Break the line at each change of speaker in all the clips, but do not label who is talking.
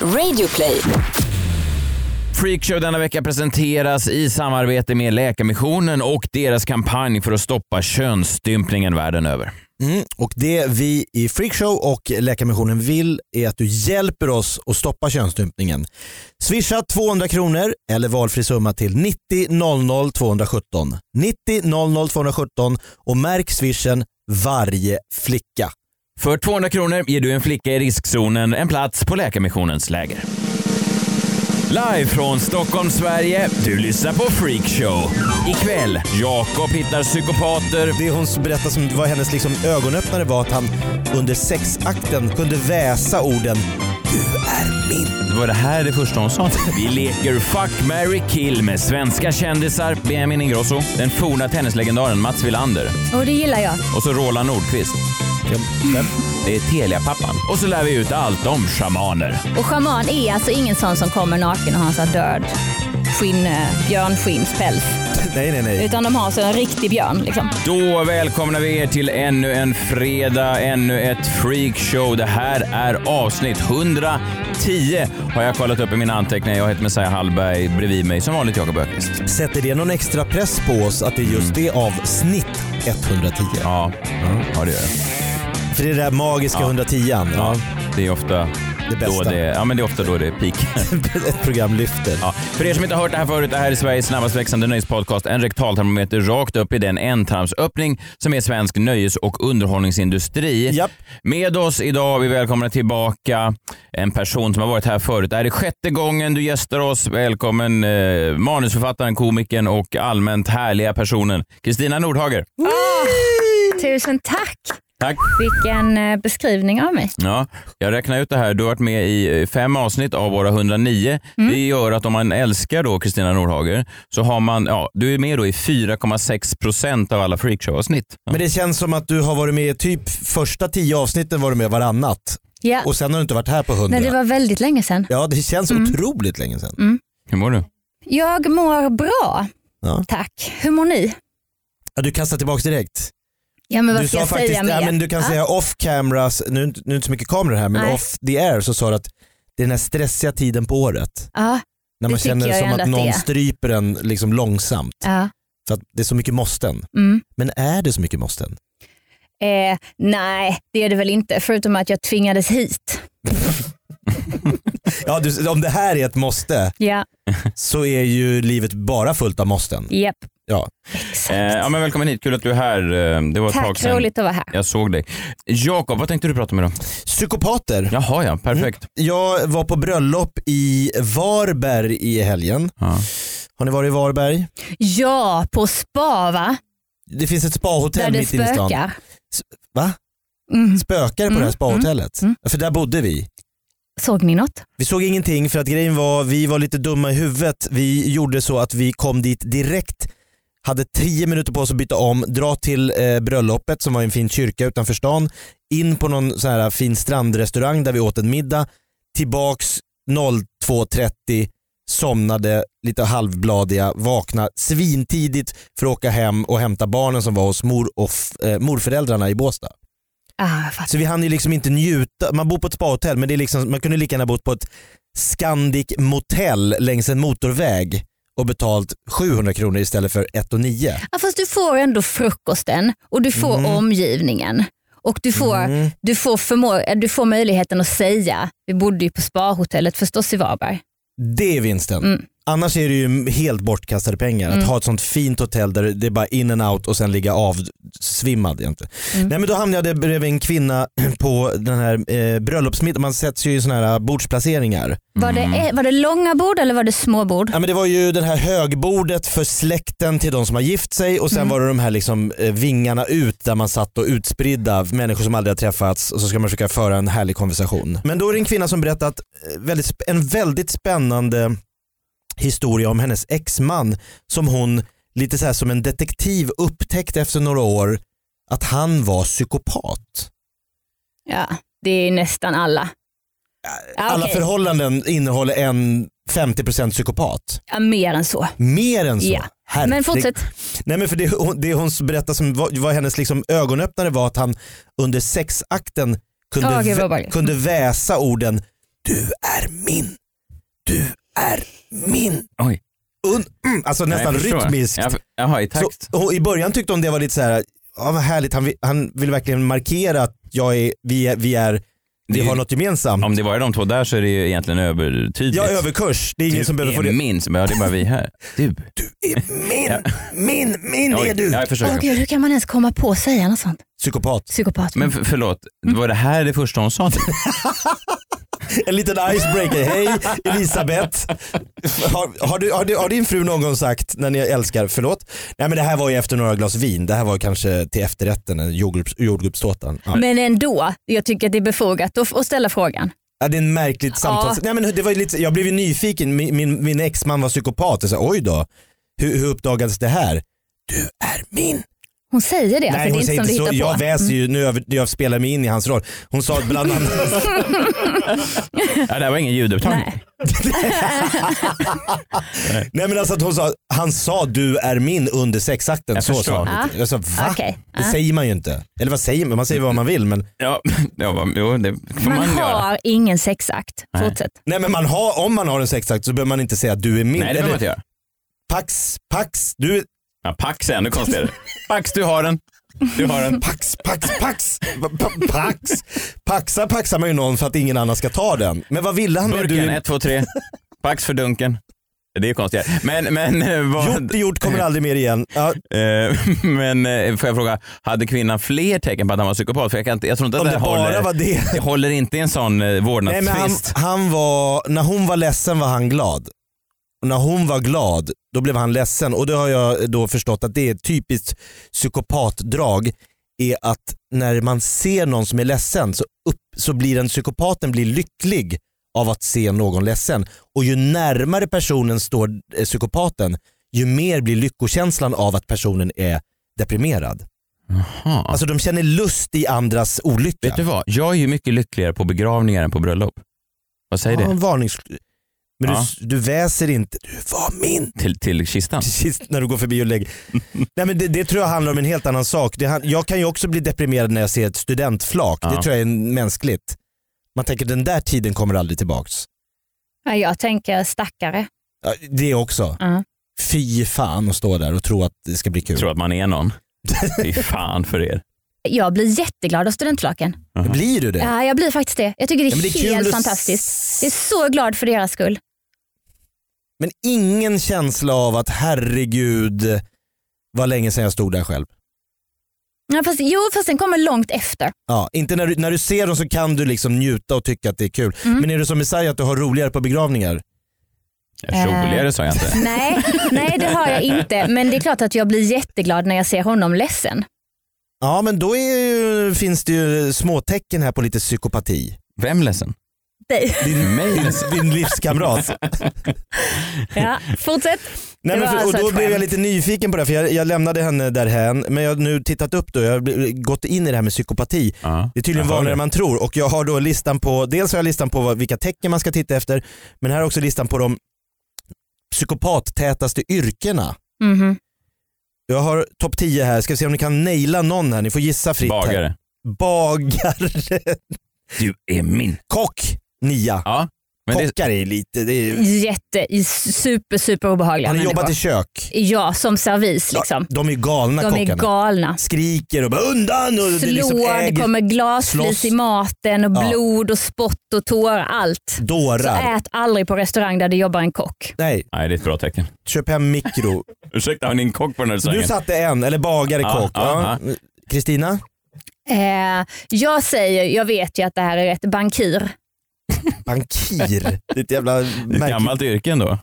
Radioplay.
Freakshow denna vecka presenteras i samarbete med Läkarmissionen och deras kampanj för att stoppa könsstympningen världen över.
Mm. Och Det vi i Freakshow och Läkarmissionen vill är att du hjälper oss att stoppa könsstympningen. Swisha 200 kronor eller valfri summa till 90 00 217. 90 00 217 och märk swishen varje flicka.
För 200 kronor ger du en flicka i riskzonen en plats på Läkarmissionens läger. Live från Stockholm, Sverige. Du lyssnar på Freakshow. Ikväll, Jakob hittar psykopater.
Det hon berättade som var hennes liksom ögonöppnare var att han under sexakten kunde väsa orden “Du är min”.
Det var det här det första hon sa. Vi leker Fuck, marry, kill med svenska kändisar Benjamin Ingrosso, den forna tennislegendaren Mats Wilander
Och det gillar jag.
och så Roland Nordqvist. Det är Telia-pappan. Och så lär vi ut allt om shamaner.
Och schaman är alltså ingen sån som kommer naken och har en sån här död skinn, eh, björnskinnspäls.
Nej, nej, nej.
Utan de har så en riktig björn liksom.
Då välkomnar vi er till ännu en fredag, ännu ett freakshow. Det här är avsnitt 110 har jag kollat upp i mina anteckningar. Jag heter Messiah Hallberg, bredvid mig som vanligt Jakob Öqvist.
Sätter det någon extra press på oss att det är just det avsnitt 110?
Ja, ja det gör jag.
För det är det där magiska 110an.
Ja,
Ja.
det är ofta
Det bästa.
då det, ja, men det, är ofta då det är peak.
Ett program lyfter.
Ja. För er som inte har hört det här förut, det här är Sveriges snabbast växande nöjespodcast. En rektaltermometer rakt upp i den ändtarmsöppning som är svensk nöjes och underhållningsindustri.
Japp.
Med oss idag, vi välkomnar tillbaka en person som har varit här förut. Det här är sjätte gången du gästar oss. Välkommen eh, manusförfattaren, komikern och allmänt härliga personen Kristina Nordhager.
Tusen tack!
Tack.
Vilken eh, beskrivning av mig.
Ja, jag räknar ut det här. Du har varit med i eh, fem avsnitt av våra 109.
Mm.
Det gör att om man älskar då Kristina Nordhager så har man, ja, du är med då i 4,6 procent av alla freakshow-avsnitt. Ja.
Men det känns som att du har varit med i typ första tio avsnitten var du med varannat
Ja.
och sen har du inte varit här på hundra.
Nej, det var Mm. väldigt länge sedan.
Ja det känns otroligt länge sedan.
Hur mår du?
Jag mår bra,
Ja.
tack. Hur mår ni?
Ja, du kastar tillbaka direkt.
Ja, men vad
du
ska jag säga mer?
ja, men du kan
Ja.
säga off cameras, nu, är inte- nu är det inte så mycket kameror här men
Nej.
off the air så sa du att det är den här stressiga tiden på året.
Ja,
När
Det
man
tycker
känner
jag
som
ändå
att
att det
någon
är.
stryper en liksom långsamt.
ja.
För att det är så mycket måsten.
Mm.
Men är det så mycket måsten?
Eh, nej, det är det väl inte. Förutom att jag tvingades hit.
Ja, du, om det här är ett måste
Ja,
så är ju livet bara fullt av måsten.
japp.
Ja.
Exakt.
Eh, ja, men välkommen hit, kul att du är här. Eh, Det var ett tag
Tack,
sedan
roligt att vara här.
jag såg dig. Jakob, vad tänkte du prata om idag?
Psykopater.
Jaha ja, perfekt.
Jag var på bröllop i Varberg i helgen.
Mm.
Ja.
Har ni varit i Varberg?
Ja, på spa va?
Det finns ett
Där
spahotell
det
mitt inne i stan.
spökar.
Va?
Mm.
Spökar det på det här spahotellet?
mm.
För där bodde vi.
Såg ni något?
Vi såg ingenting för att grejen var vi var lite dumma i huvudet. Vi gjorde så att vi kom dit direkt, hade tio minuter på oss att byta om, dra till eh, bröllopet som var i en fin kyrka utanför stan, in på någon så här fin strandrestaurang där vi åt en middag, tillbaks 02.30, somnade lite halvbladiga, vakna svintidigt för att åka hem och hämta barnen som var hos mor och f- eh, morföräldrarna i Båstad.
Ah, jag fattar.
Så vi hann ju liksom inte njuta. Man bor på ett spahotell men det är liksom, man kunde lika gärna bott på ett Scandic motell längs en motorväg och betalt 700 kronor istället för 1 och 9.
ja, fast du får ändå frukosten och du får
Mm.
omgivningen. Och du får, du, får förmå- eh, du får möjligheten att säga, vi bodde ju på spahotellet förstås i Varberg.
Det är vinsten.
Mm.
Annars är det ju helt bortkastade pengar att ha ett sånt fint hotell där det är bara in and out och sen ligga avsvimmad. egentligen.
Mm.
Nej, men då hamnade jag bredvid en kvinna på den här eh, bröllopsmiddagen. Man sätts ju i såna här bordsplaceringar.
Var,
Mm.
det, var det långa bord eller var det små bord?
Ja, men det var ju det här högbordet för släkten till de som har gift sig
Mm.
och sen var det de här liksom, eh, vingarna ut där man satt och utspridda människor som aldrig har träffats och så ska man försöka föra en härlig konversation. Men då är det en kvinna som berättat eh, väldigt, sp- en väldigt spännande historia om hennes exman som hon lite så här som en detektiv upptäckte efter några år att han var psykopat.
Ja, det är nästan alla. Ja,
Alla
Ah, okej.
förhållanden innehåller en 50% psykopat.
Ja, mer än så.
Mer än så.
Ja. Men
Herregud.
fortsätt.
Nej men för det, hon- det hon berättade som var, var hennes liksom ögonöppnare var att han under sexakten kunde,
Ja, okej,
vä-
vad obehagligt.
kunde väsa orden du är min. min,
Oj.
un, mm, alltså
Nej, jag
nästan
förstår.
rytmiskt.
Jag- Jaha, i
Så,
takt.
och I början tyckte hon det var lite så här, ja vad härligt, han vill, han vill verkligen markera att jag är, vi, är, vi, är, vi
Det är-
har något gemensamt.
Om det var de två där så är det ju egentligen övertydligt.
Jag är överkurs, det är ingen som behöver få
det.
det.
Min, som- ja, det är bara vi här. Du.
Du är min, min, min
Oj,
är du.
Ja, jag förstår.
Åh gud, hur kan man ens komma på att säga något sånt?
Psykopat.
Psykopat.
Men för, förlåt,
Mm.
var det här det första hon sa?
En liten icebreaker. Hej Elisabeth. Har, har, du, har, du, har din fru någon gång sagt när ni älskar, förlåt? Nej men det här var ju efter några glas vin. Det här var kanske till efterrätten, en jordgubbs, jordgubbstårtan. Ja.
Men ändå, jag tycker att det är befogat att, att ställa frågan.
Ja, det är en märkligt samtal.
Ja.
Nej, men det var ju lite, jag blev ju nyfiken, min, min, min exman var psykopat. Jag sa, Oj då, hur, hur uppdagades det här? Du är min.
Hon säger det,
Nej
alltså, det är
hon
inte
säger
som
inte
du
så,
hittar
jag
på.
väser ju, nu över, jag spelar mig in i hans roll. Hon sa bland annat
Ja, det här var ingen ljudupptagning.
Nej.
Nej men alltså att hon sa, han sa du är min under sexakten.
Jag
så
förstår.
sa hon.
Ja. Ah,
Jag sa va?
Okej.
Det
Ja.
säger man ju inte. Eller vad säger man? Man säger vad man vill men,
Ja, ja, va- jo, det får man,
Man
göra.
har ingen sexakt.
Nej.
Fortsätt.
nej men man har, om man har en sexakt så behöver man inte säga du är
Nej,
min.
det behöver man
Eller
inte göra.
pax, pax, du är
Ja, Pax är ännu konstigare. Pax, du har den. Du har den.
pax, pax, pax, pa- pa- pax. Paxa paxar man ju någon för att ingen annan ska ta den. Men vad ville han med du?
Burken,
är-
ett, två, tre. Pax för dunken. Det är ju konstigare. Men, men, eh,
Gjort
vad,
är gjort, kommer aldrig mer igen. Ja,
eh, men eh, får jag fråga, hade kvinnan fler tecken på att han var psykopat? För jag, kan inte, jag tror inte att
om
det,
det
här håller.
bara var det.
Det håller inte i en sån eh,
Nej, men han,
vårdnadstvist.
han var, när hon var ledsen var han glad. Och när hon var glad, då blev han ledsen. Och det har jag då förstått att det är ett typiskt psykopatdrag. Är att när man ser någon som är ledsen så, upp, så blir den psykopaten blir lycklig av att se någon ledsen. Och ju närmare personen står eh, psykopaten, ju mer blir lyckokänslan av att personen är deprimerad.
Jaha.
Alltså de känner lust i andras olycka.
Vet du vad? Jag är ju mycket lyckligare på begravningar än på bröllop. Vad säger
Ja,
det?
en varnings... Men
Ja.
du, du väser inte. Du var min.
Till, till kistan?
Precis när du går förbi och lägger. Nej, men det, det tror jag handlar om en helt annan sak. Det, han- jag kan ju också bli deprimerad när jag ser ett studentflak.
Ja.
Det tror jag är mänskligt. Man tänker den där tiden kommer aldrig tillbaks.
Ja, jag tänker stackare.
Ja, Det också.
Ja.
Fy fan att stå där och tro att det ska bli kul.
Jag tror att man är någon. Fy fan för er.
Jag blir jätteglad av studentlaken.
Blir du det?
Ja, jag blir faktiskt det. Jag tycker det är,
Ja, men det är kul
helt
att-
fantastiskt. Jag är så glad för deras skull.
Men ingen känsla av att herregud vad länge sedan jag stod där själv.
Ja, fast, jo, fast den kommer långt efter.
Ja, inte när, du, när du ser dem så kan du liksom njuta och tycka att det är kul.
Mm.
Men är du som Messiah att du har roligare på begravningar?
Ja, Roligare sa jag inte.
Nej, nej, det har jag inte. Men det är klart att jag blir jätteglad när jag ser honom ledsen.
Ja men då är ju, finns det ju småtecken här på lite psykopati.
Vem ledsen?
Nej.
Din,
Mig
din, din livskamrat.
Ja, fortsätt.
Nej,
Det
men
var
för, och
alltså
då
ett
blev jag
skämt.
lite nyfiken på det för jag, jag lämnade henne därhän men jag har nu tittat upp då, jag har bl- gått in i det här med psykopati.
Ja.
Det är tydligen
Jag hör
vanligare
det.
än man tror och jag har då listan på, dels har jag listan på vad, vilka tecken man ska titta efter men här är också listan på de psykopattätaste yrkena.
Mhm.
Jag har topp 10 här, ska vi se om ni kan naila någon här, ni får gissa fritt. här.
Bagare.
Bagare.
Du är min.
Kock, nia.
Ja. Men det,
Kockar är lite, det är,
Jätte, super, super obehagliga
har ni jobbat
människor.
i kök?
Ja, som servis
Ja,
liksom.
De är galna
De är
kockarna.
galna.
Skriker och bara undan och det
Slår,
liksom
det
äger
kommer glasflis
slåss.
i maten och
Ja.
blod och spott och tårar. Allt. Så
dårar.
ät aldrig på restaurang där det jobbar en kock.
Nej,
nej, det är ett bra tecken.
köp hem mikro.
Ursäkta, har ni en kock på den här
Du
restaurangen?
satte en, eller bagare,
Ja,
kock.
ja,
Ja. Kristina?
Eh, jag säger, jag vet ju att det här är rätt, bankir.
Bankir. Det är ett jävla
Det är ett
märkligt.
gammalt yrke ändå.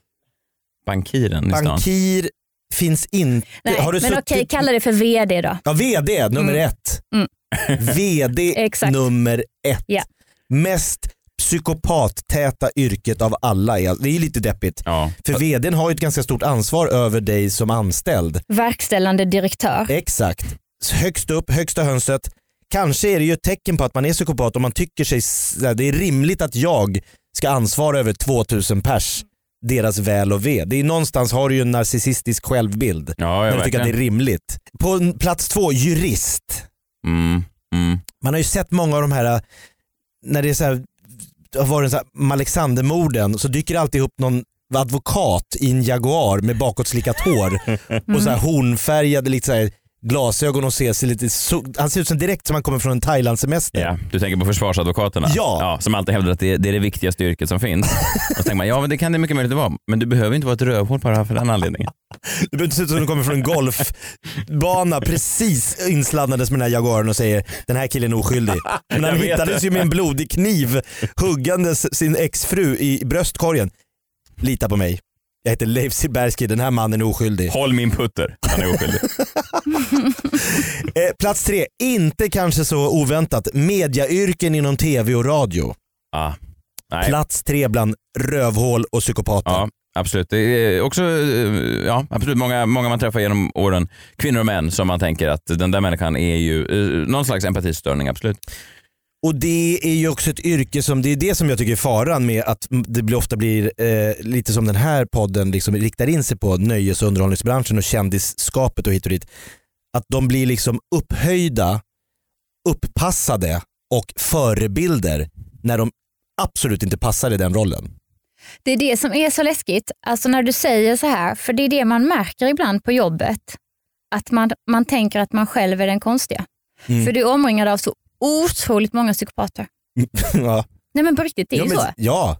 Bankiren i stan.
Bankir finns inte.
Nej,
har du
men
suttit...
okej, kalla det för VD då.
Ja, VD nummer ett.
Mm.
VD
Exakt.
nummer ett.
Ja.
Mest psykopattäta yrket av alla. är- Det är lite deppigt.
Ja.
För vdn har ju ett ganska stort ansvar över dig som anställd.
Verkställande
Eh.
direktör.
Exakt. Så Högst upp, högsta hönset. Kanske är det ju ett tecken på att man är psykopat om man tycker sig, s- det är rimligt att jag ska ansvara över 2000 pers, deras väl och ve. Det är någonstans har du ju en narcissistisk självbild.
Ja,
när
jag
du tycker att det är
verkligen.
rimligt. På en- plats två, jurist.
Mm, mm.
Man har ju sett många av de här, när det är så här, det har varit så här med Alexandermorden så dyker det alltid upp någon advokat i en Jaguar med bakåtslickat hår och så här hornfärgade lite så här glasögon och ser sig lite... So han ser ut som direkt som han kommer från en Thailandsemester.
Ja, du tänker på försvarsadvokaterna?
Ja.
Som alltid hävdar att det, det är det viktigaste yrket som finns. Och så tänker man, ja men det kan det mycket möjligt vara, men du behöver inte vara ett rövhål bara för den anledningen.
Det behöver inte se ut som att de kommer från en golfbana precis inslandades med den här Jaguaren och säger den här killen är oskyldig. Men han
Jag vet
hittades ju med en blodig kniv huggandes sin exfru i bröstkorgen. Lita på mig. Jag heter Leif Silbersky, den här mannen är oskyldig.
Håll min putter, han är oskyldig.
Eh, plats tre, inte kanske så oväntat, mediayrken inom tv och radio.
Ja. Nej.
Plats tre bland rövhål och psykopater.
Ja, absolut. Det är också eh, ja, absolut många, många man träffar genom åren, kvinnor och män, som man tänker att den där människan är ju eh, någon slags empatistörning, absolut.
Och det är ju också ett yrke som, det är det som jag tycker är faran med att det blir, ofta blir eh, lite som den här podden liksom riktar in sig på, nöjes och underhållningsbranschen och kändisskapet och hit och dit. Att de blir liksom upphöjda, upppassade och förebilder när de absolut inte passar i den rollen.
Det är det som är så läskigt, alltså när du säger så här, för det är det man märker ibland på jobbet. Att man, man tänker att man själv är den konstiga.
Mm.
För du är omringad av så otroligt många psykopater.
ja.
Nej men på riktigt, det är
ja,
ju
men,
så.
ja,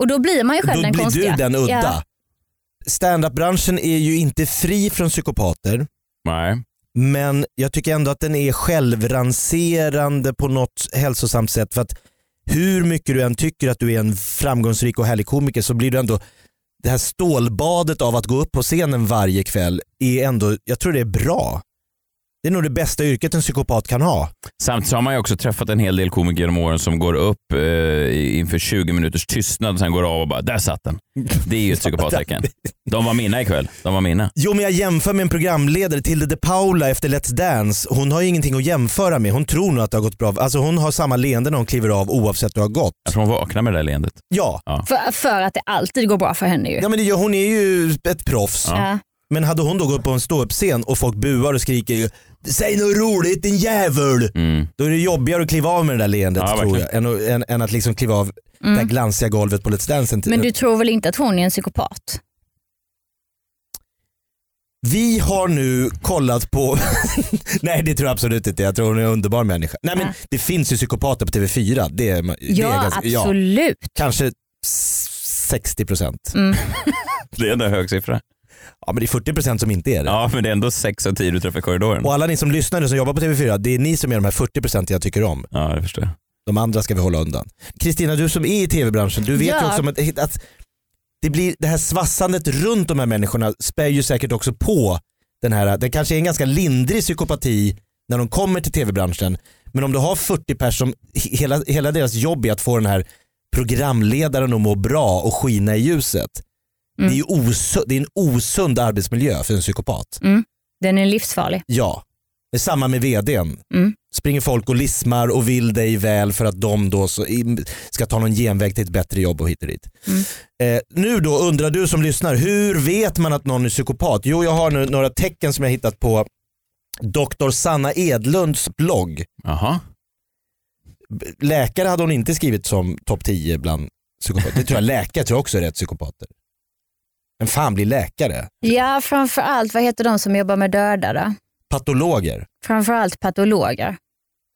Och då blir man ju själv
då
den
blir
konstiga.
du den udda.
Ja.
Standup-branschen är ju inte fri från psykopater.
Nej.
Men jag tycker ändå att den är självranserande på något hälsosamt sätt. För att hur mycket du än tycker att du är en framgångsrik och härlig komiker så blir du ändå det här stålbadet av att gå upp på scenen varje kväll är ändå, jag tror det är bra. Det är nog det bästa yrket en psykopat kan ha.
Samtidigt så har man ju också träffat en hel del komiker genom åren som går upp eh, inför 20 minuters tystnad och sen går av och bara “där satt den”. Det är ju ett psykopattecken. De var mina ikväll. De var mina.
Jo men jag jämför med en programledare, Tilde de Paula efter Let's Dance. Hon har ju ingenting att jämföra med. Hon tror nog att det har gått bra. Alltså hon har samma leende när hon kliver av oavsett hur det har gått.
Jag tror hon vaknar med det där leendet.
Ja,
För, för att det alltid går bra för henne ju.
ja men det, gör- hon är ju ett proffs.
Ja.
Men hade hon då gått på en ståuppscen och folk buar och skriker ju, “Säg något roligt din jävel!”
Mm.
Då är det jobbigare att kliva av med det där leendet
Ja,
tror
verkligen.
jag. Än, att- än, än att liksom kliva av det där glansiga golvet på Let's Dance. en tid.
Mm. Men du tror väl inte att hon är en psykopat?
Vi har nu kollat på... Nej det tror jag absolut inte. Jag tror hon är en underbar människa. Nej men
Ja.
det finns ju psykopater på TV4. Det är, det är
Ja,
ganska, ja
absolut.
kanske s- 60 procent.
Det är ändå en hög siffra.
Ja men det är 40 procent som inte är det.
Ja, men det är ändå sex av tio du träffar i korridoren.
Och alla ni som lyssnar nu som jobbar på TV4, det är ni som är de här 40 procenten jag tycker om.
Ja, det förstår jag.
De andra ska vi hålla undan. Kristina, du som är i tv-branschen, du vet ju
Ja.
också om att, att det, blir, det här svassandet runt de här människorna spär ju säkert också på den här, det kanske är en ganska lindrig psykopati när de kommer till tv-branschen. Men om du har 40 personer som he- hela, hela deras jobb är att få den här programledaren att må bra och skina i ljuset.
Mm.
Det, är ju osu- det är en osund arbetsmiljö för en psykopat.
Den är livsfarlig.
Ja, det är samma med vdn.
Mm.
Springer folk och lismar och vill dig väl för att de då så i- ska ta någon genväg till ett bättre jobb och hit och dit.
Mm.
Eh, nu då undrar du som lyssnar, hur vet man att någon är psykopat? Jo, jag har nu några tecken som jag hittat på Dr. Sanna Edlunds blogg.
Jaha.
B- Läkare hade hon inte skrivit som topp 10 bland psykopater. Det tror jag läkare tror jag också är rätt psykopater. Men fan blir läkare?
Ja, framförallt, vad heter de som jobbar med döda då?
Patologer?
Framförallt patologer.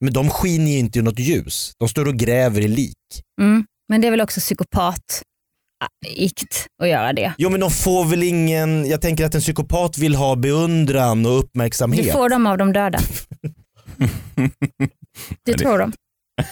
Men de skiner ju inte i något ljus. De står och gräver i lik.
Mm. Men det är väl också psykopat-ikt att göra det.
Jo men de får väl ingen, jag tänker att en psykopat vill ha beundran och
Det
uppmärksamhet.
får de av de döda. Det
det-
tror de.
Ja,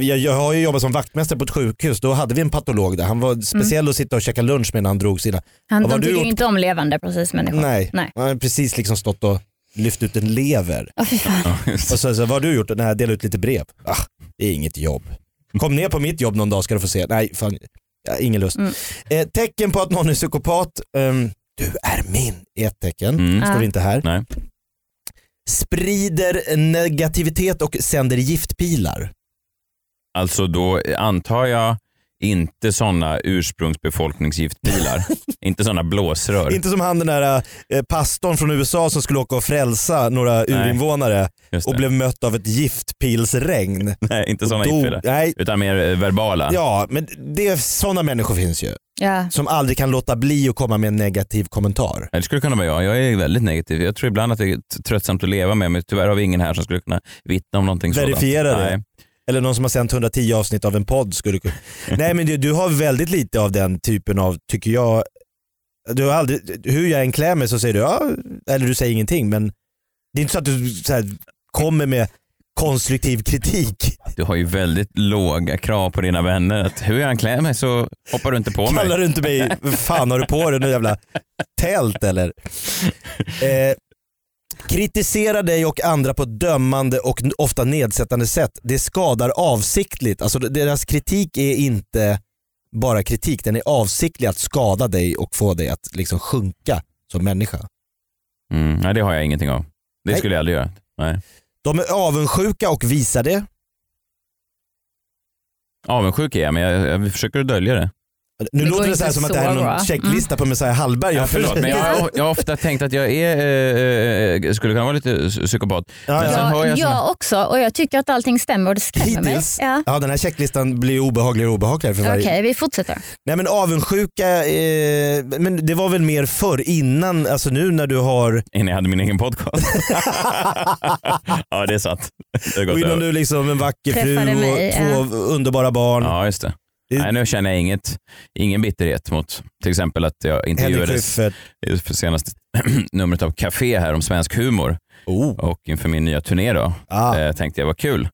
Äh, Jag, jag har ju jobbat som vaktmästare på ett sjukhus, då hade vi en patolog där. Han var
Mm.
speciell att sitta och käka lunch medan han drog sina.
Han,
Vad har
de
du
tycker
gjort?
inte om levande precis människor.
Nej.
Nej.
han hade precis liksom stått och lyft ut en lever.
Åh, fy fan.
Ja, just det.
Och så, så vad har du gjort? Nej, jag delar ut lite brev. Ah, det är inget jobb. Kom ner på mitt jobb någon dag ska du få se. Nej, fan, ja, ingen lust.
Mm.
Eh, tecken på att någon är psykopat, ehm, du är min, är ett tecken.
Mm.
Står inte här.
Nej.
sprider negativitet och sänder giftpilar.
Alltså då antar jag Inte sådana ursprungsbefolkningsgiftbilar. inte sådana blåsrör.
Inte som han den där eh, pastorn från USA som skulle åka och frälsa några urinvånare
Just
och
det.
blev mött av ett giftpilsregn.
Nej, inte sådana
Dog-
giftbilar.
Nej,
Utan mer eh, verbala.
ja, men det, sådana människor finns ju.
Ja.
Som aldrig kan låta bli att komma med en negativ kommentar.
Det skulle kunna vara jag. Jag är väldigt negativ. Jag tror ibland att det är t- tröttsamt att leva med, men tyvärr har vi ingen här som skulle kunna vittna om någonting
Verifiera
sådant.
det.
Nej.
Eller någon som har sänt 110 avsnitt av en podd skulle kunna... Nej men du, du har väldigt lite av den typen av, tycker jag, du har aldrig, hur jag än klär mig så säger du ja, eller du säger ingenting men det är inte så att du så här, kommer med konstruktiv kritik.
Du har ju väldigt låga krav på dina vänner. Att hur jag än klär mig så hoppar du inte på mig.
Kallar du inte mig, vad fan har du på dig nu jävla tält eller? Eh, kritisera dig och andra på ett dömande och n- ofta nedsättande sätt. Det skadar avsiktligt. Alltså d- deras kritik är inte bara kritik, den är avsiktlig att skada dig och få dig att liksom sjunka som människa.
Mm. Nej, det har jag ingenting av. Det
Nej.
skulle jag aldrig göra. Nej.
De är avundsjuka och visar det.
Avundsjuk är jag, men jag, jag försöker att dölja det.
Nu
Det går
låter det
inte
så här som att
så
det här är
bra. Mm.
någon checklista på Messiah Hallberg.
Ja, förlåt, men jag, har- jag har ofta tänkt att jag är, eh, eh, skulle kunna vara lite s- psykopat.
Ja,
Men
ja.
sen har
Ja, jag
jag såna-
också och jag tycker att allting stämmer och det skrämmer
Hittills.
mig. Ja.
ja, den här checklistan blir obehagligare och obehagligare för
Okej,
varje
vi fortsätter.
Nej men avundsjuka, eh, men det var väl mer förr innan, alltså nu när du har,
Innan jag hade min egen podcast. ja, det är sant. Det har gått
och innan
över.
du är liksom en vacker fru
Träffade
och
mig,
två underbara barn.
Ja, just det.
Det-
Nej, nu känner jag inget, ingen bitterhet mot till exempel att jag
Henrik
intervjuades
Schyffert.
i det senaste numret av Café här om svensk humor
Oh.
och inför min nya turné då
Ah.
eh, tänkte jag var kul.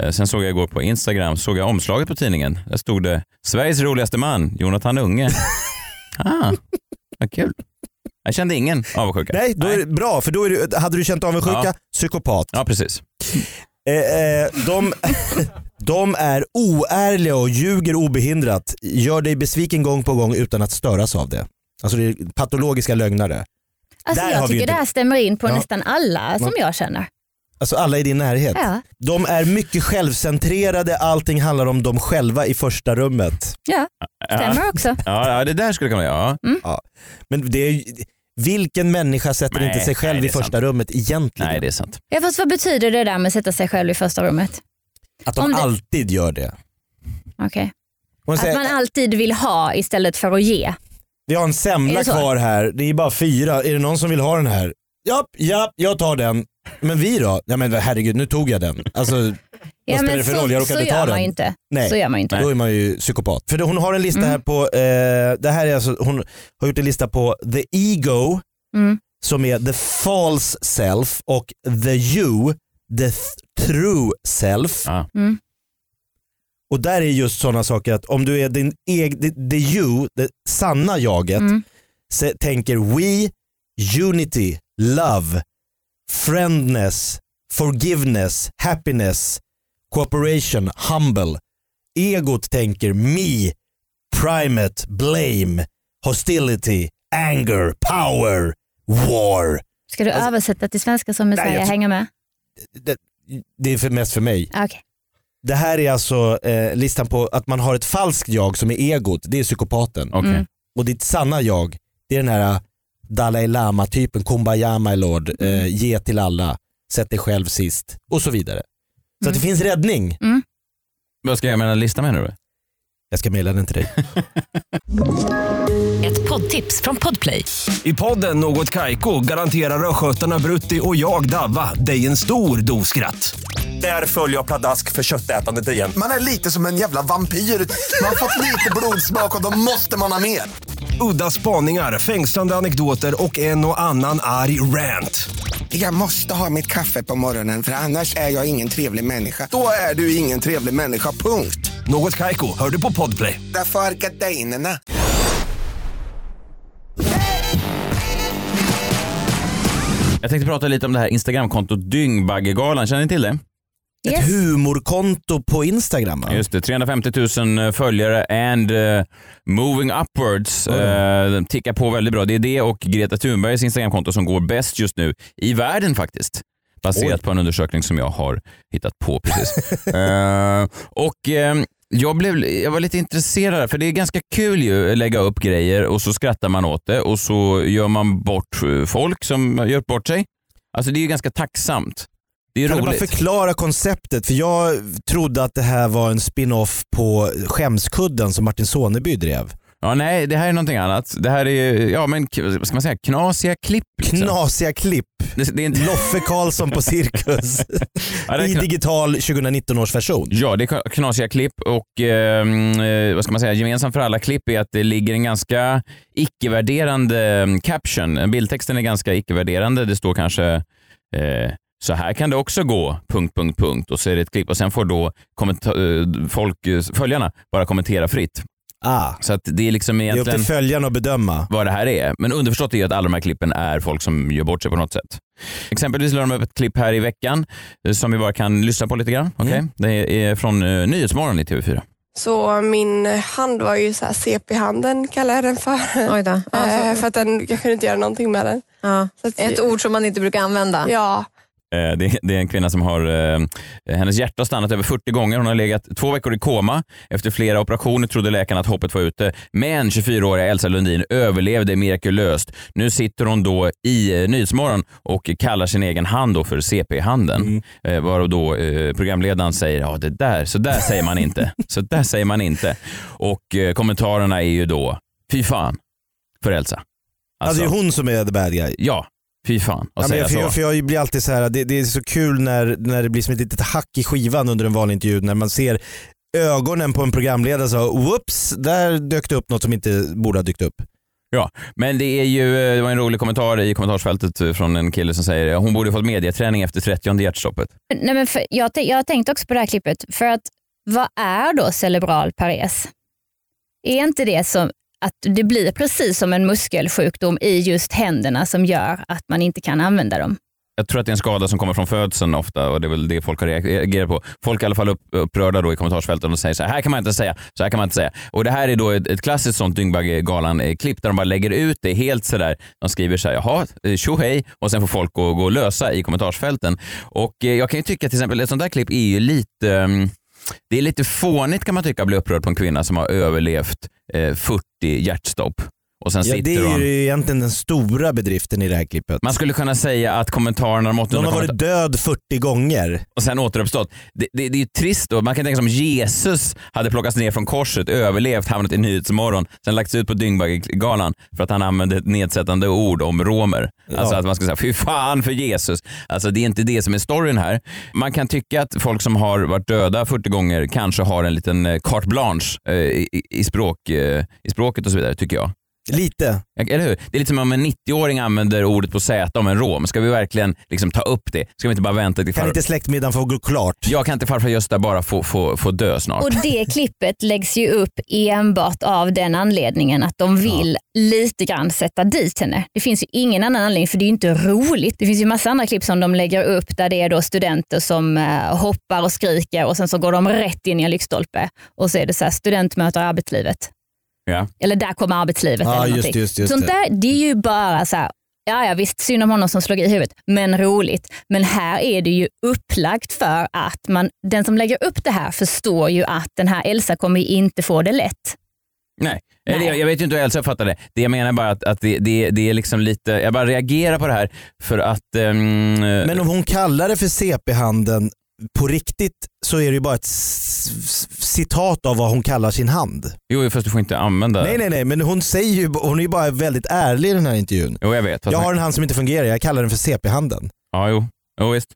Eh, sen såg jag igår på Instagram, såg jag omslaget på tidningen. Där stod det Sveriges roligaste man, Jonathan Unge. ah, vad kul. Jag kände ingen avundsjuka.
Nej, då är det bra för då är det, hade du känt avundsjuka,
Ja.
psykopat.
Ja, precis.
Eh, eh, de, de är oärliga och ljuger obehindrat. Gör dig besviken gång på gång utan att störas av det. Alltså det är patologiska lögnare.
Alltså,
Där har
jag
vi ju
tycker det
det.
här stämmer in på
Ja.
nästan alla som
Man-
jag känner.
Alltså alla i din närhet.
Ja.
De är mycket självcentrerade, allting handlar om dem själva i första rummet.
Ja, stämmer också.
Ja, ja, det där skulle kunna göra. Ja.
Men det är, ju- vilken människa sätter
Nej,
inte sig själv
nej, det
i
är
första rummet egentligen?
Nej, det är sant.
Ja, fast vad betyder det där med att sätta sig själv i första rummet?
Att de
Om det-
alltid gör det.
Okej.
Om man
Att
säger,
man alltid vill ha istället för att ge.
Vi har en
Är
semla
det så?
kvar här, det är bara fyra. Är det någon som vill ha den här? Ja, ja, jag tar den. Men vi då? Ja men herregud, nu tog jag den. Alltså,
Ja,
spelar det för
så,
roll? Jag råkade
så
ta
gör
den.
man ju inte.
nej.
Så gör man ju inte.
Då är man ju psykopat. För det- hon har en lista
Mm.
här på, eh, det här är alltså, hon har gjort en lista på the ego
Mm.
som är the false self och the you, the th- true self.
Ja.
Mm.
Och där är just sådana saker att om du är din egen, the, the you, det sanna jaget,
Mm.
se, tänker we, unity, love, friendness, forgiveness, happiness, cooperation, humble. Egot tänker me, primate, blame, hostility, anger, power, war.
Ska du
Alltså-
översätta till svenska som Messiah
jag ty-
hänger med?
Det, det är för, mest för mig.
Ah, Okej.
Det här är alltså eh, listan på att man har ett falskt jag som är egot, det är psykopaten.
Okej.
Mm.
Och ditt sanna jag, det är den här eh, Dalai Lama-typen, Kumbaya my lord,
Mm.
eh, ge till alla, sätt dig själv sist och så vidare. Så att
Mm.
det finns räddning.
Vad ska jag med den här listan menar du?
Jag ska mejla den till dig.
Ett poddtips från Podplay.
I podden Något Kaiko garanterar östgötarna Brutti och jag, Davva, dig en stor dos skratt. Där följer jag pladask för köttätandet igen.
Man är lite som en jävla vampyr. Man har fått lite blodsmak och då måste man ha mer.
Udda spaningar, fängslande anekdoter och en och annan arg rant.
Jag måste ha mitt kaffe på morgonen för annars är jag ingen trevlig människa.
Då är du ingen trevlig människa, punkt.
Något Kaiko, hör du på Podplay.
Därför är gardinerna.
Jag tänkte prata lite om det här Instagramkontot Dyngbaggegalan. Känner ni till det?
Ett
Yes.
humorkonto på Instagram va?
Just det, 350 000 följare and eh, moving upwards. Eh, den tickar på väldigt bra. Det är det och Greta Thunbergs Instagramkonto som går bäst just nu i världen faktiskt. Baserat på en undersökning som jag har hittat på precis. Eh, och eh, Jag, blev, jag var lite intresserad, för det är ganska kul ju att lägga upp grejer och så skrattar man åt det och så gör man bort eh, folk som gör bort sig. Alltså det är ju ganska tacksamt. Det är ju
Kan du bara
roligt.
förklara konceptet? För jag trodde att det här var en spin-off på Skämskudden som Martin Soneby drev.
Ja, nej, det här är någonting annat. Det här är, ja men k- vad ska man säga, knasiga klipp. liksom.
Knasiga klipp.
Det, det är inte,
Loffe Karlsson på Cirkus.
ja, det är
I
kna-
digital 2019 års version.
Ja, det är knasiga klipp och ehm, eh, vad ska man säga, gemensamt för alla klipp är att det ligger en ganska icke-värderande eh, caption. Bildtexten är ganska icke-värderande. Det står kanske eh, så här kan det också gå, punkt, punkt, punkt och så är det ett klipp och sen får då kommenta- eh, folk, eh, följarna bara kommentera fritt.
Ah,
Så att det är liksom
det är upp
egentligen
till följarna att bedöma. Alltså,
vad det här är. Men underförstått är ju att alla de här klippen är folk som gör bort sig på något sätt. Exempelvis la de upp ett klipp här i veckan eh, som vi bara kan lyssna på lite grann. Okej? Det är från uh, Nyhetsmorgon i TV4.
Så min hand var ju så här CP-handen kallar jag den för.
Oj då.
Eh,
Alltså,
för att den, jag kunde inte göra någonting med den.
ja.
Så att,
Ett ord som man inte brukar använda.
Ja,
Eh, Det, det är en kvinna som har, eh, hennes hjärta har stannat över 40 gånger. Hon har legat två veckor i koma. Efter flera operationer trodde läkarna att hoppet var ute. Men 24-åriga Elsa Lundin överlevde mirakulöst. Nu sitter hon då i eh, Nyhetsmorgon och kallar sin egen hand då för CP-handen.
Mm.
Eh, varav då eh, programledaren säger ja det där, så där säger man inte. så där säger man inte. Och eh, kommentarerna är ju då fy fan för Elsa.
Alltså, det är hon som är the bad guy.
Ja, fy fan att
Ja, men
säga
jag, för,
så.
jag, för jag blir alltid så här, det, det är så kul när, när det blir som ett litet hack i skivan under en vanlig intervju när man ser ögonen på en programledare så whoops, där dök det upp något som inte borde ha dykt upp.
Ja, men det, är ju, eh, det var en rolig kommentar i kommentarsfältet eh, från en kille som säger eh, hon borde fått mediaträning efter 30 hjärtstoppet.
Nej, men för, jag, tän- jag har tänkt också på det här klippet. För att, vad är då cerebral pares? Är inte det som att det blir precis som en muskelsjukdom i just händerna som gör att man inte kan använda dem?
Jag tror att det är en skada som kommer från födseln ofta och det är väl det folk har reagerat på. Folk är i alla fall upp, upprörda då i kommentarsfältet och säger så här, här kan man inte säga, så här kan man inte säga. Och det här är då ett, ett klassiskt sånt Dyngbaggegalan-klipp där de bara lägger ut det helt sådär. De skriver så här, jaha, eh, tjo hej och sen får folk gå, gå och lösa i kommentarsfälten. Och eh, jag kan ju tycka till exempel, ett sånt där klipp är ju lite ehm, Det är lite fånigt kan man tycka att bli upprörd på en kvinna som har överlevt eh, 40 hjärtstopp. Och sen
Ja,
sitter
det är
hon.
ju egentligen den stora bedriften i det här klippet.
Man skulle kunna säga att kommentarerna de
Någon
800
har varit död 40 gånger.
och sen återuppstått. Det, det, det är ju trist då. Man kan tänka sig om Jesus hade plockats ner från korset, överlevt, hamnat i Nyhetsmorgon, sen lagts ut på Dyngbaggegalan för att han använde ett nedsättande ord om romer. Alltså
Ja.
att man ska säga fy fan för Jesus. Alltså det är inte det som är storyn här. Man kan tycka att folk som har varit döda 40 gånger kanske har en liten eh, carte blanche eh, i, i- i, språk, eh, i språket och så vidare, tycker jag.
Lite.
Eller hur? Det är lite som om en 90-åring använder ordet på Z om en rom. Ska vi verkligen liksom ta upp det? Ska vi inte bara vänta till
Kan
far-
inte släktmiddagen få gå klart?
jag kan inte farfar Gösta bara få, få, få dö snart.
Och Det klippet läggs ju upp enbart av den anledningen att de vill lite grann sätta dit henne. Det finns ju ingen annan anledning för det är ju inte roligt. Det finns ju massa andra klipp som de lägger upp där det är då studenter som eh, hoppar och skriker och sen så går de rätt in i en lyktstolpe och så är det så här student möter arbetslivet.
Ja.
Eller där kommer arbetslivet.
Ja,
eller
just
någonting.
det, just det, just
Sånt
det.
där, det är ju bara så här, ja ja visst synd om honom som slog i huvudet, men roligt. Men här är det ju upplagt för att man, den som lägger upp det här förstår ju att den här Elsa kommer ju inte få det lätt.
Nej. Eller
Nej.
Jag, jag vet ju inte hur Elsa fattar det. Det jag menar bara att, att det, det, det är liksom lite, jag bara reagerar på det här för att... ehm,
Men om hon kallar det för CP-handen på riktigt så är det ju bara ett s- s- citat av vad hon kallar sin hand.
jo, fast du får inte använda
Nej nej nej, men hon säger ju, hon är ju bara väldigt ärlig i den här intervjun.
Jo, jag vet. fast
Jag
man-
har en hand som inte fungerar, jag kallar den för CP-handen.
Ja, jo. jo, visst.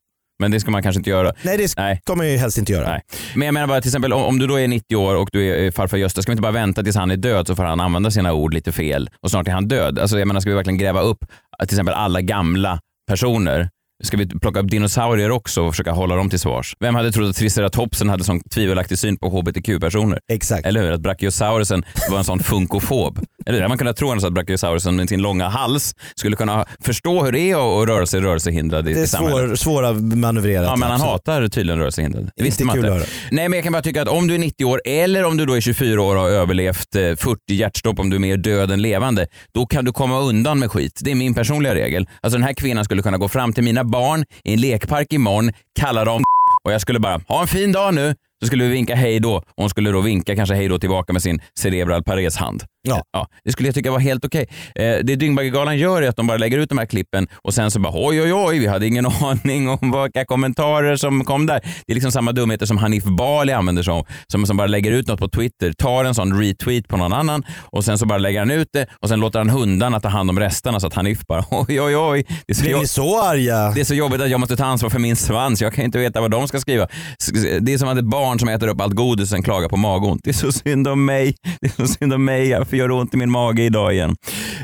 Men det ska man kanske inte göra.
Nej det ska
Nej.
man ju helst inte göra.
Nej. Men jag menar bara till exempel om, om du då är 90 år och du är eh, farfar Gösta, ska vi inte bara vänta tills han är död så får han använda sina ord lite fel och snart är han död. Alltså jag menar ska vi verkligen gräva upp eh, till exempel alla gamla personer? Ska vi plocka upp dinosaurier också och försöka hålla dem till svars? Vem hade trott att triceratopsen hade sån tvivelaktig syn på hbtq-personer?
Exakt.
Eller hur? Att brachiosaurusen var en sån funkofob. Eller hur? Hade Man kunde tro annars att brachiosaurusen med sin långa hals skulle kunna förstå hur det är att att röra sig rörelsehindrad i,
Det är
i samhället.
svår, svåra manövrerat.
Ja, men han
absolut.
hatar tydligen rörelsehindrade. Det visste
Inte
man
kul
inte.
att höra.
Nej, men jag kan bara tycka att om du är 90 år eller om du då är 24 år och har överlevt eh, 40 hjärtstopp, om du är mer död än levande, då kan du komma undan med skit. Det är min personliga regel. Alltså den här kvinnan skulle kunna gå fram till mina barn i en lekpark imorgon, kalla dem och jag skulle bara, ha en fin dag nu, Så skulle vi vinka hej då och hon skulle då vinka kanske hej då tillbaka med sin cerebral pares-hand.
Ja.
det skulle jag tycka var helt okej. Eh, det Dyngbaggegalan gör är att de bara lägger ut de här klippen och sen så bara oj, oj, oj, vi hade ingen aning om vilka kommentarer som kom där. Det är liksom samma dumheter som Hanif Bali använder sig av, som, som bara lägger ut något på Twitter, tar en sån retweet på någon annan och sen så bara lägger han ut det och sen låter han hundarna ta hand om restarna så att Hanif bara oj, oj, oj. Det är så
Blir
jag-
ni så arga?
det är så jobbigt att jag måste ta ansvar för min svans. Jag kan inte veta vad de ska skriva. S- s- Det är som att ett barn som äter upp allt godis och sen klagar på magont. Det är så synd om mig. Det är så synd om mig. Varför gör det ont i min mage idag igen?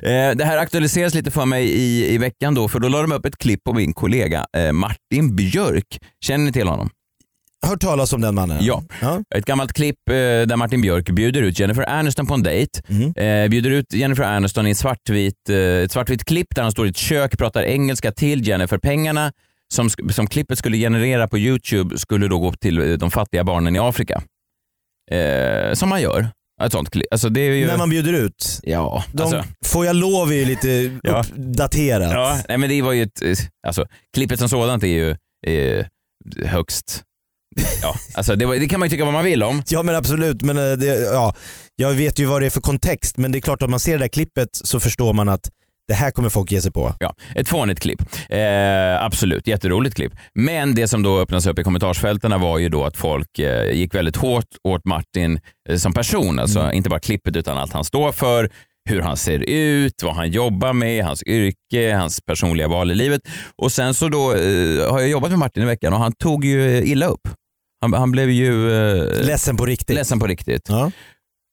Eh, Det här aktualiseras lite för mig i, i veckan då, för då la de upp ett klipp på min kollega eh, Martin Björk. Känner ni till honom?
Hört talas om den mannen?
Ja.
ja.
Ett gammalt klipp eh, där Martin Björk bjuder ut Jennifer Aniston på en dejt.
Mm.
Eh, bjuder ut Jennifer Aniston i en svartvit, eh, ett svartvitt klipp där han står i ett kök, pratar engelska till Jennifer. Pengarna som, sk- som klippet skulle generera på YouTube skulle då gå till eh, de fattiga barnen i Afrika. Eh, som man gör. Ett sånt klipp. Alltså det är ju...
När man bjuder ut.
Ja,
De,
alltså,
Får jag lov är ju lite
Ja.
uppdaterat.
ja, nej men det var ju ett, eh, alltså, klippet som sådant är ju eh, högst, ja, alltså det, var, det kan man ju tycka vad man vill om.
Ja men absolut, men eh, det, ja, jag vet ju vad det är för kontext men det är klart att om man ser det där klippet så förstår man att det här kommer folk ge sig på.
Ja, ett fånigt klipp. Eh, absolut, jätteroligt klipp. Men det som då öppnas upp i kommentarsfältena var ju då att folk eh, gick väldigt hårt åt Martin eh, som person. Alltså inte bara klippet utan allt han står för, hur han ser ut, vad han jobbar med, hans yrke, hans personliga val i livet. Och sen så då eh, har jag jobbat med Martin i veckan och han tog ju illa upp. Han, han blev ju eh,
Ledsen på riktigt.
ledsen på riktigt
Ja.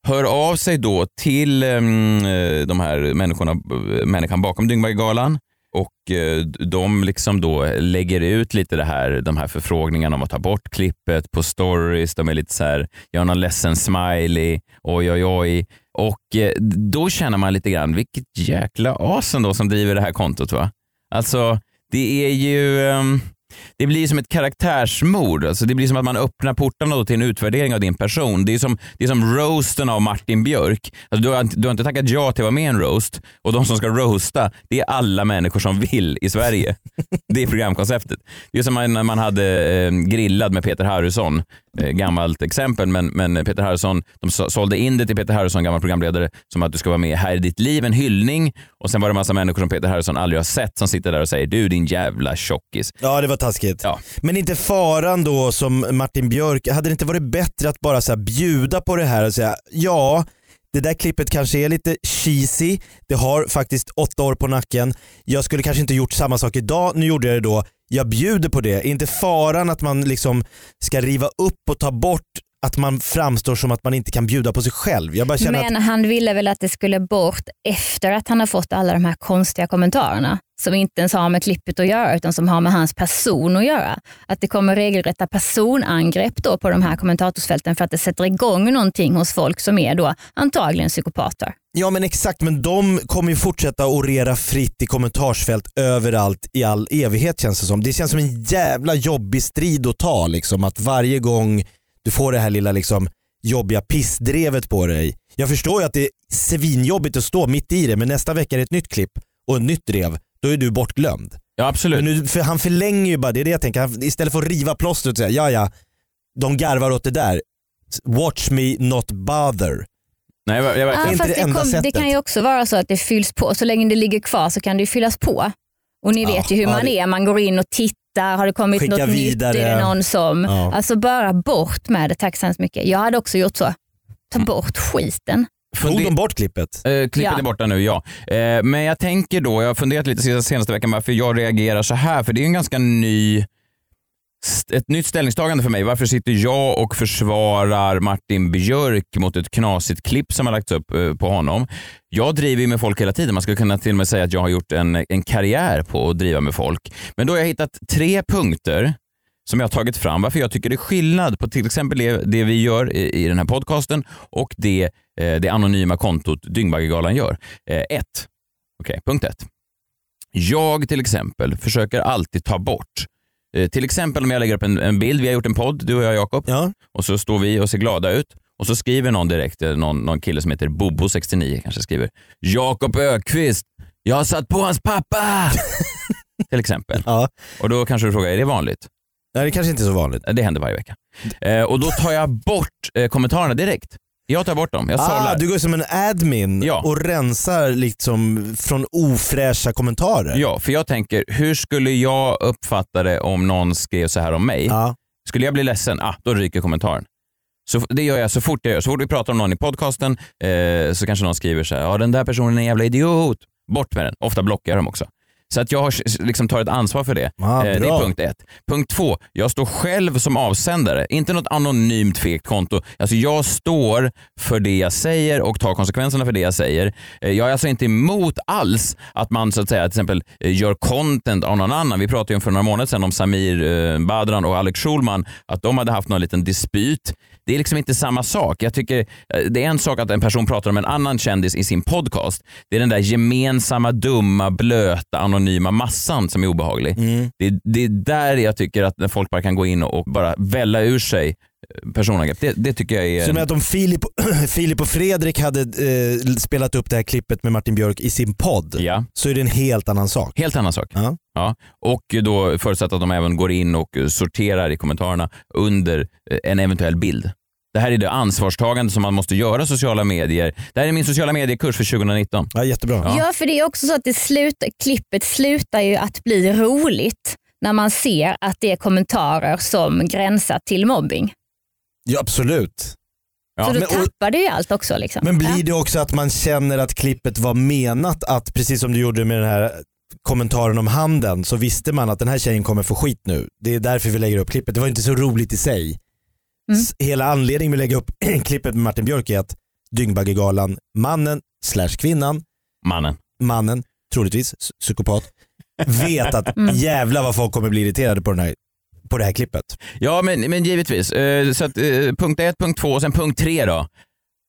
hör av sig då till ehm, eh, de här människorna, eh, människan bakom Dyngbaggegalan och eh, de liksom då lägger ut lite det här, de här förfrågningarna om att ta bort klippet på stories. De är lite så här, gör någon ledsen smiley, oj oj oj. Och eh, då känner man lite grann, vilket jäkla as då som driver det här kontot va? Alltså, det är ju... ehm, det blir som ett karaktärsmord. Alltså det blir som att man öppnar portarna då till en utvärdering av din person. Det är som, det är som roasten av Martin Björk. Alltså du, har, inte- du har inte tackat ja till att vara med i en roast och de som ska roasta, det är alla människor som vill i Sverige. Det är programkonceptet. Det är som när man hade eh, grillad med Peter Harrison. Eh, gammalt exempel, men, men Peter Harrison, de så- sålde in det till Peter Harrison, gammal programledare, som att du ska vara med här i ditt liv, en hyllning. Och sen var det massa människor som Peter Harrison aldrig har sett som sitter där och säger du din jävla tjockis.
ja det var taskigt.
Ja.
Men inte faran då som Martin Björk, hade det inte varit bättre att bara så här bjuda på det här och säga ja, det där klippet kanske är lite cheesy, det har faktiskt åtta år på nacken, jag skulle kanske inte gjort samma sak idag, nu gjorde jag det då, jag bjuder på det. Är inte faran att man liksom ska riva upp och ta bort att man framstår som att man inte kan bjuda på sig själv? Jag bara känner att
Men han ville väl att det skulle bort efter att han har fått alla de här konstiga kommentarerna som inte ens har med klippet att göra utan som har med hans person att göra. Att det kommer regelrätta personangrepp då på de här kommentatorsfälten för att det sätter igång någonting hos folk som är då antagligen psykopater.
Ja men exakt, men de kommer ju fortsätta orera fritt i kommentarsfält överallt i all evighet känns det som. Det känns som en jävla jobbig strid att ta liksom. Att varje gång du får det här lilla liksom, jobbiga pissdrevet på dig. Jag förstår ju att det är svinjobbigt att stå mitt i det men nästa vecka är det ett nytt klipp och ett nytt drev. Då är du bortglömd.
Ja, absolut.
Men nu, för han förlänger ju bara, det är det jag tänker. Han, istället för att riva plåstret och säga ja ja, de garvar åt det där. Watch me not bother.
Nej, jag, jag,
Ja,
inte
fast
det enda
kom, det
sättet.
kan ju också vara så att det fylls på. Så länge det ligger kvar så kan det ju fyllas på. Och ni
Ja,
vet ju hur
ja,
man
det-
är. Man går in och tittar. Har det kommit
Skicka
något
vidare.
nytt? Är det någon som...
Ja.
Alltså bara bort med det. Tack så hemskt mycket. Jag hade också gjort så. Ta
Mm.
bort skiten.
Tog
Funde-
de bort klippet?
Eh, klippet
Ja.
är borta nu, ja. Eh, men jag tänker då, jag har funderat lite sista- senaste veckan varför jag reagerar så här, för det är en ganska ny st- ett nytt ställningstagande för mig. Varför sitter jag och försvarar Martin Björk mot ett knasigt klipp som har lagts upp eh, på honom? Jag driver ju med folk hela tiden. Man skulle kunna till och med säga att jag har gjort en, en karriär på att driva med folk. Men då har jag hittat tre punkter som jag har tagit fram varför jag tycker det är skillnad på till exempel det, det vi gör i, i den här podcasten och det, eh, det anonyma kontot Dyngbaggegalan gör. Eh, ett. Okej, punkt ett. Jag till exempel försöker alltid ta bort Eh, till exempel om jag lägger upp en, en bild, vi har gjort en podd, du och jag Jakob,
Ja.
och så står vi och ser glada ut och så skriver någon direkt, eh, någon, någon kille som heter Bobo69 kanske skriver Jakob Ökvist, jag har satt på hans pappa! till exempel.
Ja.
Och då kanske du frågar, är det vanligt?
Nej, det kanske inte är så vanligt.
Det händer varje vecka. Eh, och då tar jag bort eh, kommentarerna direkt. Jag tar bort dem. Jag sållar.
Ah, du går som en admin
Ja.
och rensar liksom från ofräscha kommentarer.
Ja, för jag tänker, hur skulle jag uppfatta det om någon skrev så här om mig?
Ja.
Skulle jag bli ledsen, ah, då ryker kommentaren. Så f- det gör jag så fort jag gör. Så fort vi pratar om någon i podcasten eh, så kanske någon skriver så här, ja den där personen är en jävla idiot. Bort med den. Ofta blockar jag dem också. Så att jag har, s- liksom tar ett ansvar för det.
Ah,
Eh, det
bra.
är punkt ett. Punkt två, jag står själv som avsändare. Inte något anonymt fegt konto. Alltså jag står för det jag säger och tar konsekvenserna för det jag säger. Eh, Jag är alltså inte emot alls att man så att säga till exempel eh, gör content av någon annan. Vi pratade ju för några månader sedan om Samir eh, Badran och Alex Schulman, att de hade haft någon liten dispyt. Det är liksom inte samma sak. Jag tycker eh, det är en sak att en person pratar om en annan kändis i sin podcast. Det är den där gemensamma, dumma, blöta, anonyma massan som är obehaglig. Det, det är där jag tycker att när folk bara kan gå in och, och bara välla ur sig eh, personangrepp. Det, det tycker jag är...
Som att om Filip, Filip och Fredrik hade eh, spelat upp det här klippet med Martin Björk i sin podd
ja.
så är det en helt annan sak.
Helt annan sak.
Ja.
Ja. Och då förutsatt att de även går in och eh, sorterar i kommentarerna under eh, en eventuell bild. Det här är det ansvarstagande som man måste göra i sociala medier. Det här är min sociala mediekurs för 2019.
Ja, jättebra.
Ja.
Ja, för det är också så att det slutar, klippet slutar ju att bli roligt när man ser att det är kommentarer som gränsar till mobbing.
Ja, absolut.
Ja,
så då
men- och-
tappar det ju allt också. Liksom.
Men
Ja.
blir det också att man känner att klippet var menat att, precis som du gjorde med den här kommentaren om handen, så visste man att den här tjejen kommer få skit nu. Det är därför vi lägger upp klippet. Det var inte så roligt i sig.
Mm.
S- Hela anledningen vi lägger upp klippet med Martin Björk är att Dyngbaggegalan, mannen slash kvinnan,
Mannen.
mannen, troligtvis s- psykopat, vet att
Mm.
jävla vad folk kommer bli irriterade på, den här, på det här klippet.
Ja, men, men givetvis. Eh, Så att, eh, punkt ett, punkt två och sen punkt tre då.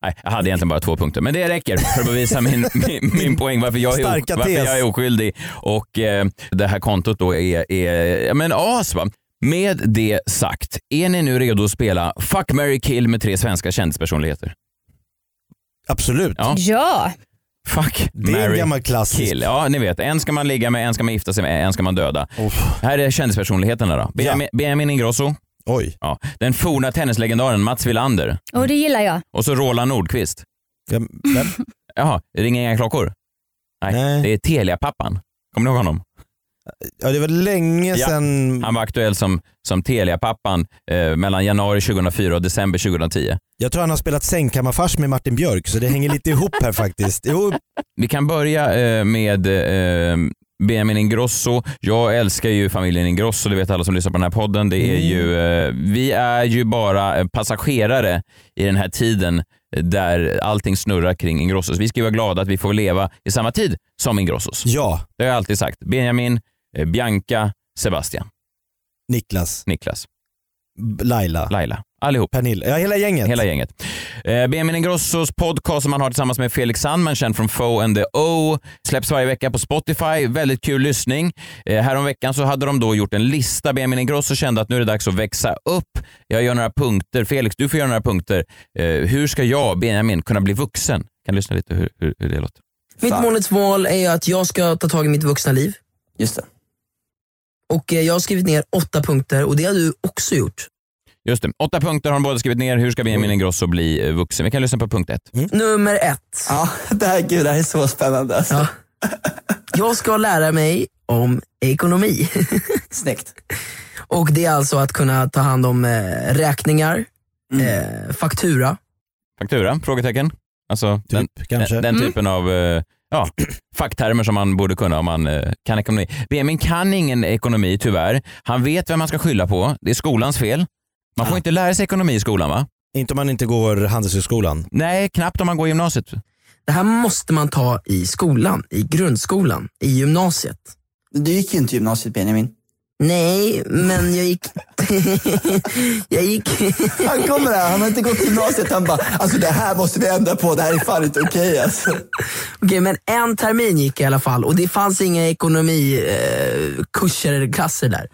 Nej, jag hade egentligen bara två punkter, men det räcker för att bevisa min, min, min poäng varför jag, är,
Starka
o- varför
tes.
jag är oskyldig. Och eh, det här kontot då är, är ja, men as va. Med det sagt, är ni nu redo att spela Fuck, Mary kill med tre svenska kändispersonligheter?
Absolut.
Ja.
Ja,
Fuck,
Det är en
Mary
gammal klassisk.
kill. Ja, ni vet. En ska man ligga med, en ska man gifta sig med, en ska man döda. Här är kändispersonligheterna då. Benjamin, Benjamin Ingrosso,
Oj.
ja. den forna tennislegendaren Mats Wilander.
och det gillar jag.
Och så Roland Nordqvist.
Vem, vem?
Jaha, ringer inga klockor? Nej,
Nej.
det är Telia-pappan. Kommer ni ihåg honom?
Mm. Ja, det var länge
Ja.
sedan.
Han var aktuell som, som Telia-pappan eh, mellan januari 2004 och december 2010.
Jag tror han har spelat sängkammarfars med Martin Björk så det hänger lite ihop här faktiskt. Jo,
Vi kan börja eh, med eh, Benjamin Ingrosso. Jag älskar ju familjen Ingrosso, det vet alla som lyssnar på den här podden. Det är
Mm.
ju, eh, vi är ju bara eh, passagerare i den här tiden där allting snurrar kring Ingrossos. Vi ska ju vara glada att vi får leva i samma tid som Ingrossos.
ja,
Det har jag alltid sagt. Benjamin, eh, Bianca, Sebastian,
Niklas,
Niklas.
B- Laila,
Laila. Allihop.
Pernilla, ja hela gänget.
Hela gänget. Eh, Benjamin Ingrossos podcast som han har tillsammans med Felix Sandman, känd från Fo and the O, släpps varje vecka på Spotify. Väldigt kul lyssning. Eh, häromveckan så hade de då gjort en lista. Benjamin Ingrosso kände att nu är det dags att växa upp. Jag gör några punkter. Felix, du får göra några punkter. Eh, hur ska jag, Benjamin, kunna bli vuxen? Kan du lyssna lite hur, hur, hur det låter?
Mitt månadsmål är att jag ska ta tag i mitt vuxna liv.
Just det.
Och eh, jag har skrivit ner åtta punkter och det har du också gjort.
Just det. Åtta punkter har de båda skrivit ner. Hur ska Benjamin Ingrosso bli eh, vuxen? Vi kan lyssna på punkt ett.
Mm. Nummer ett.
Ja, det här, gud, det här är så spännande.
Typ,
Alltså.
Ja. Jag ska lära mig om ekonomi.
Snyggt.
Och det är alltså att kunna ta hand om eh, räkningar, eh, faktura.
Faktura? Frågetecken? Alltså,
Typ,
den,
kanske.
Den, den typen av eh, ja, facktermer som man borde kunna om man eh, kan ekonomi. Benjamin kan ingen ekonomi tyvärr. Han vet vem man ska skylla på. Det är skolans fel. Man får inte lära sig ekonomi i skolan va?
Inte om man inte går
Äh.
Handelshögskolan.
Nej, knappt om man går gymnasiet.
Det här måste man ta i skolan, i grundskolan, i gymnasiet.
Du gick ju inte gymnasiet Benjamin.
Nej, men jag gick... jag gick...
Han kommer här, han har inte gått gymnasiet. Han bara, alltså det här måste vi ändra på, det här är fan inte okej alltså.
Okej, men en termin gick jag i alla fall och det fanns inga ekonomikurser eh, kurser eller klasser där.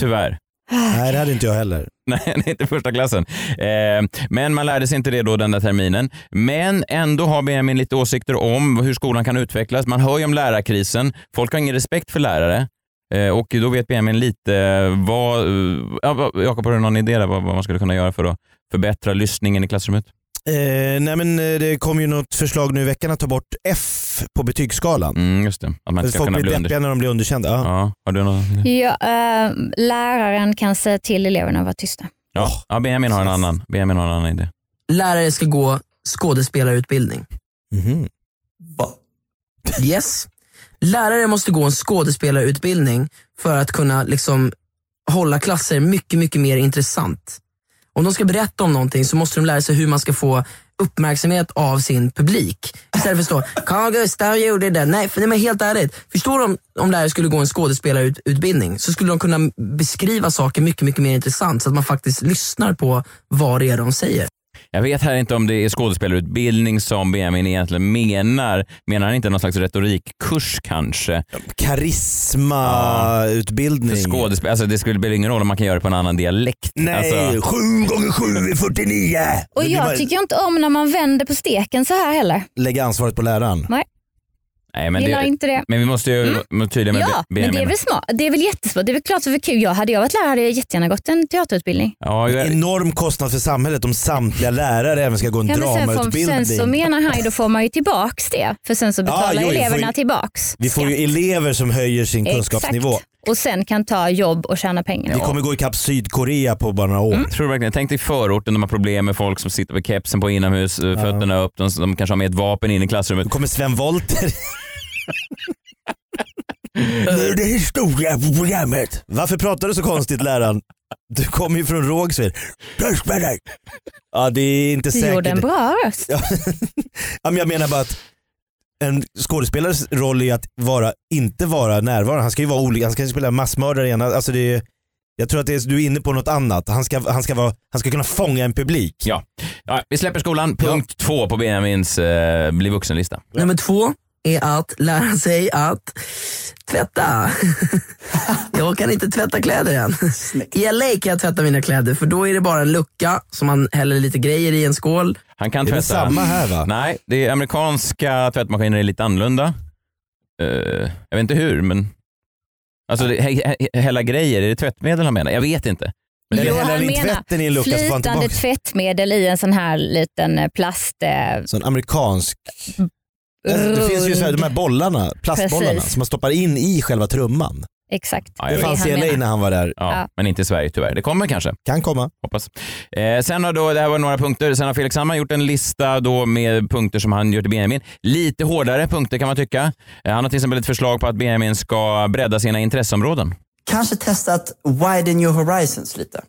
Tyvärr.
Nej det hade inte jag heller.
Nej, inte första klassen. Eh, men man lärde sig inte det då den där terminen. Men ändå har Benjamin lite åsikter om hur skolan kan utvecklas. Man hör ju om lärarkrisen. Folk har ingen respekt för lärare. Eh, Och då vet Benjamin lite eh, vad... eh, ja, vad- Jakob, har du någon idé där vad, vad man skulle kunna göra för att förbättra lyssningen i klassrummet?
Eh, nej men eh, det kom ju något förslag nu i veckan att ta bort F på betygsskalan.
Mm, just det. Att man inte ska
Folk
kunna
blir
bli under...
deppiga när de blir underkända. Ja.
Ja, har du någon?
Ja, eh, läraren kan säga till eleverna att vara tysta.
Ja, ja Benjamin har en annan. Benjamin har en annan idé.
Lärare ska gå skådespelarutbildning.
Mhm.
Yes. Lärare måste gå en skådespelarutbildning för att kunna liksom hålla klasser mycket, mycket mer intressant. Om de ska berätta om någonting så måste de lära sig hur man ska få uppmärksamhet av sin publik. Istället för att stå, Carl Gustav gjorde det. Nej, för, nej men helt ärligt. Förstår du om, om lärare skulle gå en skådespelarutbildning så skulle de kunna beskriva saker mycket, mycket mer intressant så att man faktiskt lyssnar på vad det är de säger.
Jag vet här inte om det är skådespelarutbildning som Benjamin egentligen menar. Menar han inte någon slags retorikkurs kanske? För
Karismautbildning.
skådespel, alltså det skulle spela ingen roll om man kan göra det på en annan dialekt.
Nej,
Alltså,
sju gånger sju är 49!
Och
Det blir bara-
jag tycker inte om när man vänder på steken så här heller.
Lägga ansvaret på läraren.
nej, men,
Gillar
det,
inte det.
men vi måste ju vara tydliga med
Ja,
Benjamin.
men det är väl smart. Det är väl jättesmart. Det är väl klart det var kul. Jag hade jag varit lärare hade jag jättegärna gått en teaterutbildning.
Ja, jag,
Enorm kostnad för samhället om samtliga lärare även ska gå en
Ja, men sen, får, sen så
dramautbildning. Ah,
menar han ju, då får man ju tillbaks det. För sen så betalar
jo, vi får ju-
eleverna tillbaks.
Vi får ju elever som höjer sin
Exakt.
kunskapsnivå.
Och sen kan ta jobb och tjäna pengar.
Vi kommer gå ikapp Sydkorea på bara några år.
Mm.
tror verkligen, tänk dig förorten, de har problem med folk som sitter med kepsen på inomhus, eh, fötterna upp, de, de kanske har med ett vapen in i klassrummet.
Då kommer Sven Wollter. Nu är det historia på programmet. Varför pratar du så konstigt läraren? Du kommer ju från Rågsved. Törs med dig! Ja det är inte
Du gjorde en
säkert.
bra röst.
Ja, Ja, men jag menar bara att en skådespelares roll är att vara, inte vara närvarande. Han ska ju vara olika, han ska ju spela massmördare igen. Alltså det är, jag tror att det är, du är inne på något annat. Han ska, han, ska vara, han ska kunna fånga en publik.
Ja. Ja, vi släpper skolan, punkt två på Benjamins eh, bli vuxen-lista.
Nummer två är att lära sig att tvätta. jag kan inte tvätta kläder än. I LA kan jag tvätta mina kläder för då är det bara en lucka som man häller lite grejer i en skål.
Han kan
Det är väl
tvätta.
samma här va?
Nej, det är amerikanska tvättmaskiner är lite annorlunda. Eh, jag vet inte hur, men... Alltså, det, he, he, hela grejer, är det tvättmedel han menar? Jag vet inte.
Eller
Jo,
häller
han
in
menar
tvätten i en lucka så får han
Flytande
tillbaka.
tvättmedel i en sån här liten eh, plast... Eh,
Sån amerikansk.
Mm.
Alltså, Det finns ju så här, de här bollarna, plastbollarna
Precis.
som man stoppar in i själva trumman.
Exakt.
Ja,
är
jag
Det
vet.
fanns
han
i LA
menar.
när han var där.
Ja,
Ja.
Men inte i Sverige tyvärr. Det kommer kanske.
Kan komma.
Hoppas. Eh, sen har då, det här var några punkter. Sen har Felix Sandman gjort en lista då med punkter som han gör till Benjamin. Lite hårdare punkter kan man tycka. Eh, han har till exempel ett förslag på att Benjamin ska bredda sina intresseområden.
Kanske testa att widen your horizons lite.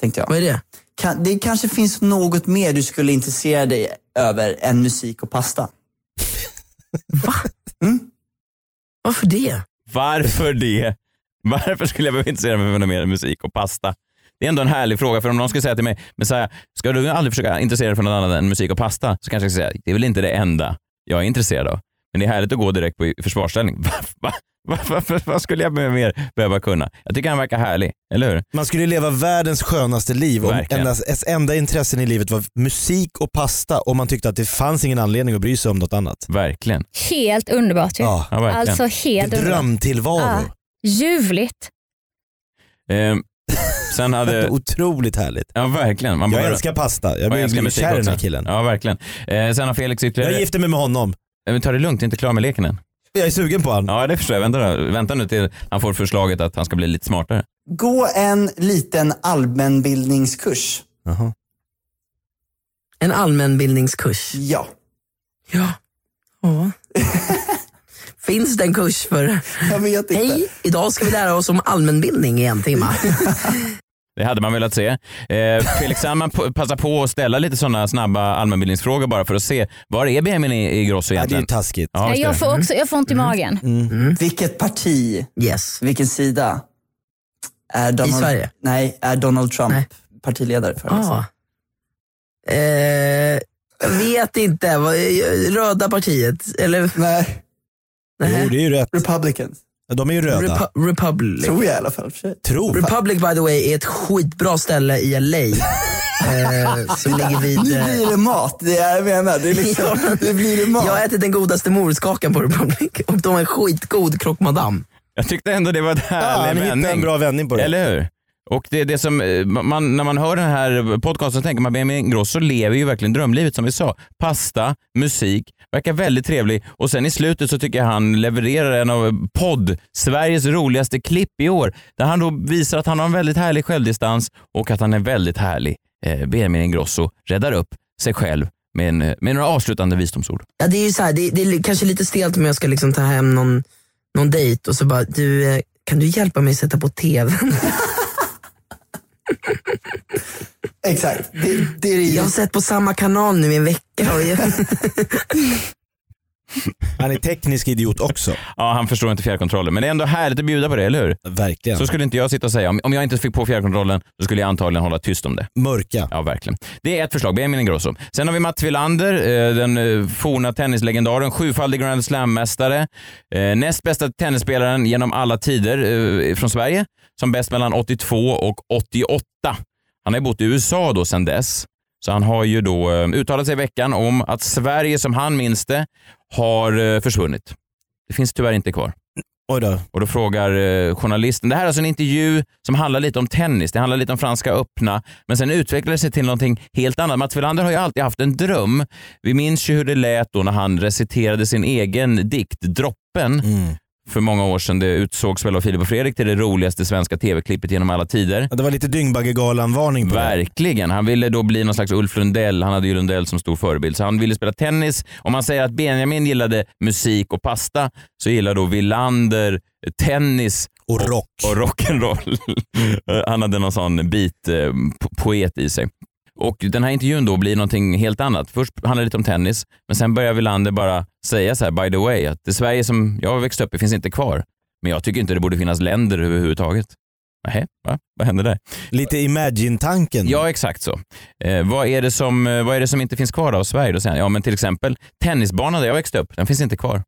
Tänkte jag.
Vad är det?
Kan, det kanske finns något mer du skulle intressera dig över än musik och pasta.
Varför det?
Varför det? Varför skulle jag behöva intressera mig för något mer än musik och pasta? Det är ändå en härlig fråga, för om någon skulle säga till mig, men så här, ska du aldrig försöka intressera dig för något annat än musik och pasta? Så kanske jag skulle säga, det är väl inte det enda jag är intresserad av. Men det är härligt att gå direkt på försvarsställning. Va, va, va, va, va, vad skulle jag mer behöva kunna? Jag tycker han verkar härlig, eller hur?
Man skulle ju leva världens skönaste liv om
Verkligen.
endast, ens enda intressen i livet var musik och pasta och man tyckte att det fanns ingen anledning att bry sig om något annat.
Verkligen.
Helt underbart ju.
Ja,
Ja, verkligen.
alltså helt underbart.
drömtillvaro.
Ja. Ljuvligt.
Ehm, sen hade...
Otroligt härligt.
Ja, verkligen. Man
Jag
bara-
älskar pasta. Jag
Ja, jag älskar
blir
musik
kär i den
också.
här killen.
Ja, verkligen. Eh, sen har Felix ytterligare...
Jag gifter mig med honom.
Eh, men Ta det lugnt, jag är inte klar med leken än.
Jag är sugen på honom.
Ja, det förstår jag. Vänta, då. Vänta nu till han får förslaget att han ska bli lite smartare.
Gå en liten allmänbildningskurs.
En allmänbildningskurs.
Ja.
Ja. ja. Finns det en kurs för...
Jag vet inte.
Hej, idag ska vi lära oss om allmänbildning i en timme.
Det hade man velat se. Eh, Felix Sandman po- passar på att ställa lite sådana snabba allmänbildningsfrågor bara för att se var är Benjamin i, i Grosso
Ja, det Mm. är ju
egentligen?
taskigt.
Ja, just det.
jag, får också, jag får ont i magen.
Vilket parti,
Yes.
vilken sida är Donald,
Sverige?
Nej, är Donald Trump
Nej.
partiledare för? liksom?
Ah. Eh, jag vet inte. Vad- Röda partiet? Eller?
Nej,
Jo, det är ju rätt.
Republicans.
De är ju röda.
Repu- Republic.
Tror jag i alla fall. för sig.
Tro.
Republic by the way är ett skitbra ställe i LA. eh, som ligger
Nu
vid... Eh,
blir det mat, det är jag menar. Det, är liksom, det blir det mat.
jag har ätit den godaste morotskakan på Republic och de har en skitgod croque madame.
Jag tyckte ändå det var en
Ja, han
härlig
hittade en
vändning.
bra vändning på det.
Eller hur? Och det är det som, eh, man, när man hör den här podcasten tänker man Benjamin Ingrosso lever ju verkligen drömlivet som vi sa. Pasta, musik, verkar väldigt trevlig och sen i slutet så tycker jag han levererar en av eh, podd Sveriges roligaste klipp i år där han då visar att han har en väldigt härlig självdistans och att han är väldigt härlig. Eh, Benjamin Ingrosso räddar upp sig själv med, en, med några avslutande visdomsord.
Ja, det är ju så här, det, det är li- kanske lite stelt om jag ska liksom ta hem någon, någon dejt och så bara, du, eh, kan du hjälpa mig sätta på tvn?
Exakt. Det, det är det
Jag
ju.
har sett på samma kanal nu i en vecka. Och jag,
Han är teknisk idiot också.
Ja, han förstår inte fjärrkontrollen men det är ändå härligt att bjuda på det, eller hur?
Verkligen.
Så skulle inte jag sitta och säga. Om, om jag inte fick på fjärrkontrollen så skulle jag antagligen hålla tyst om det.
Mörka.
Ja, verkligen. Det är ett förslag, Benjamin Ingrosso. Sen har vi Mats Wilander, eh, den eh, forna tennislegendaren, sjufaldig Grand Slam-mästare, eh, näst bästa tennisspelaren genom alla tider eh, från Sverige, som bäst mellan 82 och 88. Han har ju bott i USA då sedan dess, så han har ju då eh, uttalat sig i veckan om att Sverige, som han minns det, har eh, försvunnit. Det finns tyvärr inte kvar.
Oj då.
Och då frågar eh, journalisten, det här är alltså en intervju som handlar lite om tennis, det handlar lite om Franska öppna, men sen utvecklar det sig till någonting helt annat. Mats Wilander har ju alltid haft en dröm. Vi minns ju hur det lät då när han reciterade sin egen dikt Droppen
Mm.
för många år sedan. Det utsågs väl av Filip och Fredrik till det roligaste svenska tv-klippet genom alla tider.
Ja, det var lite Dyngbaggegalan-varning på det.
Verkligen. Han ville då bli någon slags Ulf Lundell. Han hade ju Lundell som stor förebild, så han ville spela tennis. Om man säger att Benjamin gillade musik och pasta så gillar då Wilander tennis
Och rock.
och rock'n'roll. Han hade någon sån bit eh, po- poet i sig. Och den här intervjun då blir någonting helt annat. Först handlar det lite om tennis, men sen börjar Wilander bara säga så här, by the way, att det Sverige som jag växte upp i finns inte kvar. Men jag tycker inte det borde finnas länder överhuvudtaget. Nähä, va? Vad hände där?
Lite Imagine-tanken.
Ja, exakt så. Eh, vad, är det som, eh, vad är det som inte finns kvar av Sverige? Då säger han, ja men till exempel tennisbanan där jag växte upp, den finns inte kvar.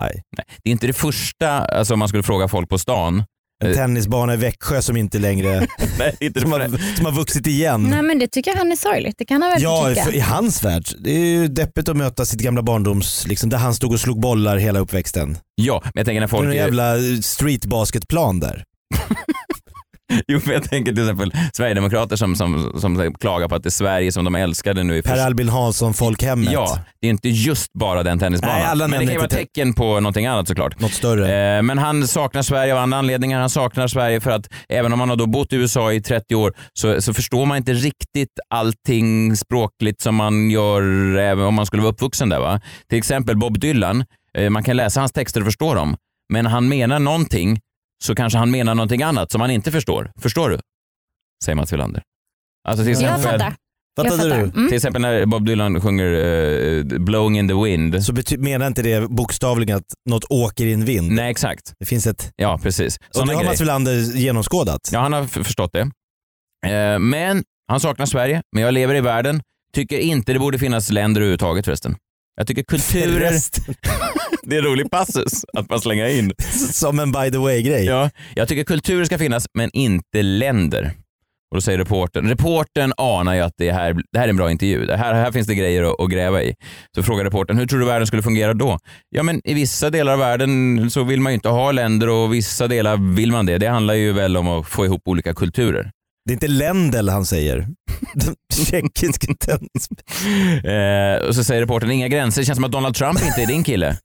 Nej.
Det är inte det första, alltså om man skulle fråga folk på stan.
En tennisbana i Växjö som inte längre
Nej, inte
som, har, som har vuxit igen.
Nej men det tycker jag han är sorgligt. Det kan han väl
Ja,
få
för, i
tycka.
hans värld. Det är ju deppigt att möta sitt gamla barndoms, liksom, där han stod och slog bollar hela uppväxten.
Ja, men jag tänker när
På
folk...
någon jävla eh, streetbasketplan där.
Jo, men jag tänker till exempel Sverigedemokrater som, som, som klagar på att det är Sverige som de älskade nu i
Per Albin Hansson-folkhemmet.
Ja, det är inte just bara den tennisbanan.
Nej, alla
men det
nämner
kan ju vara
inte
tecken på någonting annat såklart.
Något större.
Eh, Men han saknar Sverige av andra anledningar. Han saknar Sverige för att även om han har då bott i USA i 30 år så, så förstår man inte riktigt allting språkligt som man gör även om man skulle vara uppvuxen där. Va? Till exempel Bob Dylan. Eh, Man kan läsa hans texter och förstå dem. Men han menar någonting så kanske han menar någonting annat som man inte förstår. Förstår du? Säger Mats Wilander. Alltså till
Jag
exempel,
fattar. Jag
Fattade
fattar.
du?
Mm.
till exempel när Bob Dylan sjunger eh, “Blowing in the wind”.
Så bety- menar inte det bokstavligen att något åker i en vind?
Nej, exakt.
Det finns ett...
Ja, precis.
Och
Såna
det har
grejer.
Mats Wilander genomskådat.
Ja, han har f- förstått det. Eh, men han saknar Sverige, men jag lever i världen. Tycker inte det borde finnas länder överhuvudtaget förresten. Jag tycker kulturer...
Resten,
det är en rolig passus att man slänger in.
som en by the way-grej.
Ja, jag tycker kulturer ska finnas, men inte länder. Och då säger reportern, reportern anar ju att det här, det här är en bra intervju. Det här, här finns det grejer att, att gräva i. Så frågar reportern, hur tror du världen skulle fungera då? Ja, men i vissa delar av världen så vill man ju inte ha länder och vissa delar vill man det. Det handlar ju väl om att få ihop olika kulturer.
Det är inte Lendl han säger. Den Tjeckisk tennis.
Eh, och så säger reportern inga gränser, det känns som att Donald Trump inte är din kille.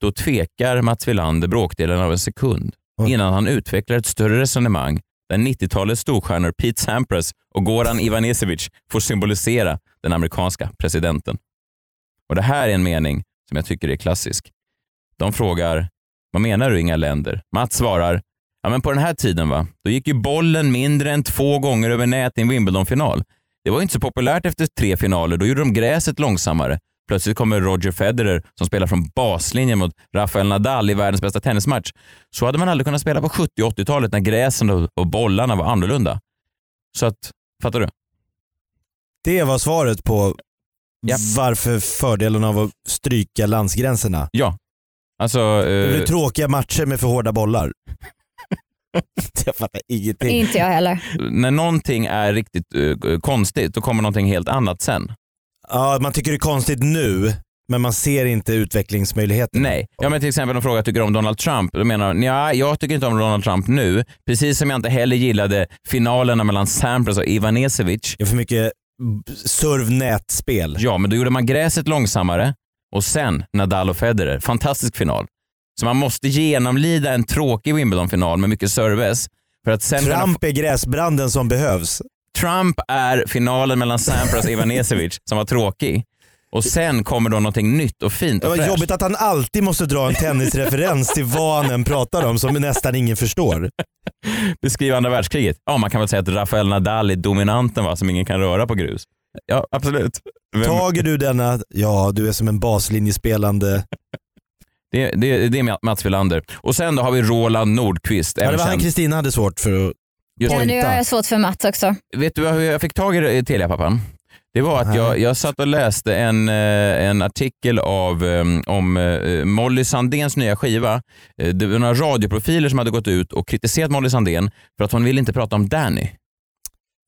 Då tvekar Mats Wilander bråkdelen av en sekund
Oj.
innan han utvecklar ett större resonemang där 90-talets storstjärnor Pete Sampras och Goran Ivanisevic får symbolisera den amerikanska presidenten. Och det här är en mening som jag tycker är klassisk. De frågar, vad menar du inga länder? Mats svarar, ja men på den här tiden va, då gick ju bollen mindre än två gånger över nät i en Wimbledon-final. Det var ju inte så populärt efter tre finaler. Då gjorde de gräset långsammare. Plötsligt kommer Roger Federer som spelar från baslinjen mot Rafael Nadal i världens bästa tennismatch. Så hade man aldrig kunnat spela på 70 och 80-talet när gräsen och och bollarna var annorlunda. Så att, fattar du?
Det var svaret på
Ja.
varför fördelen av att stryka landsgränserna.
Ja. Alltså,
Det
eh,
blir tråkiga matcher med för hårda bollar. jag fattar ingenting.
Inte jag heller.
när någonting är riktigt eh, konstigt, då kommer någonting helt annat sen.
Ja, man tycker det är konstigt nu, men man ser inte utvecklingsmöjligheterna.
Nej. Ja, men till exempel de frågar jag tycker om Donald Trump. Då menar ja, jag tycker inte om Donald Trump nu. Precis som jag inte heller gillade finalerna mellan Sampras och Ivanisevic.
Det är för mycket b- servnätspel.
Ja, men då gjorde man gräset långsammare och sen Nadal och Federer. Fantastisk final. Så man måste genomlida en tråkig Wimbledon-final med mycket service. För att sen kunna
Trump är gräsbranden som behövs.
Trump är finalen mellan Sampras och Ivanisevic som var tråkig. Och sen kommer då någonting nytt och fint
Det
och
var
fräscht.
jobbigt att han alltid måste dra en tennisreferens till vad han än pratar om som nästan ingen förstår.
Beskriva andra världskriget. Ja, man kan väl säga att Rafael Nadal är dominanten va, som ingen kan röra på grus. Ja, absolut. Vem-
Tager du denna, ja du är som en baslinjespelande.
Det, det, det är Mats Wilander. Och sen då har vi Roland Nordqvist.
Ja, det
även
var han
känd-
Kristina hade svårt för att
Ja,
Just-
nu har
pointa.
jag svårt för Mats också.
Vet du hur jag fick tag i det- i Telia-pappan? Det var att
Nej.
jag, jag satt och läste en, eh, en artikel av, eh, om eh, Molly Sandéns nya skiva. Eh, Det var några radioprofiler som hade gått ut och kritiserat Molly Sandén för att hon ville inte prata om Danny.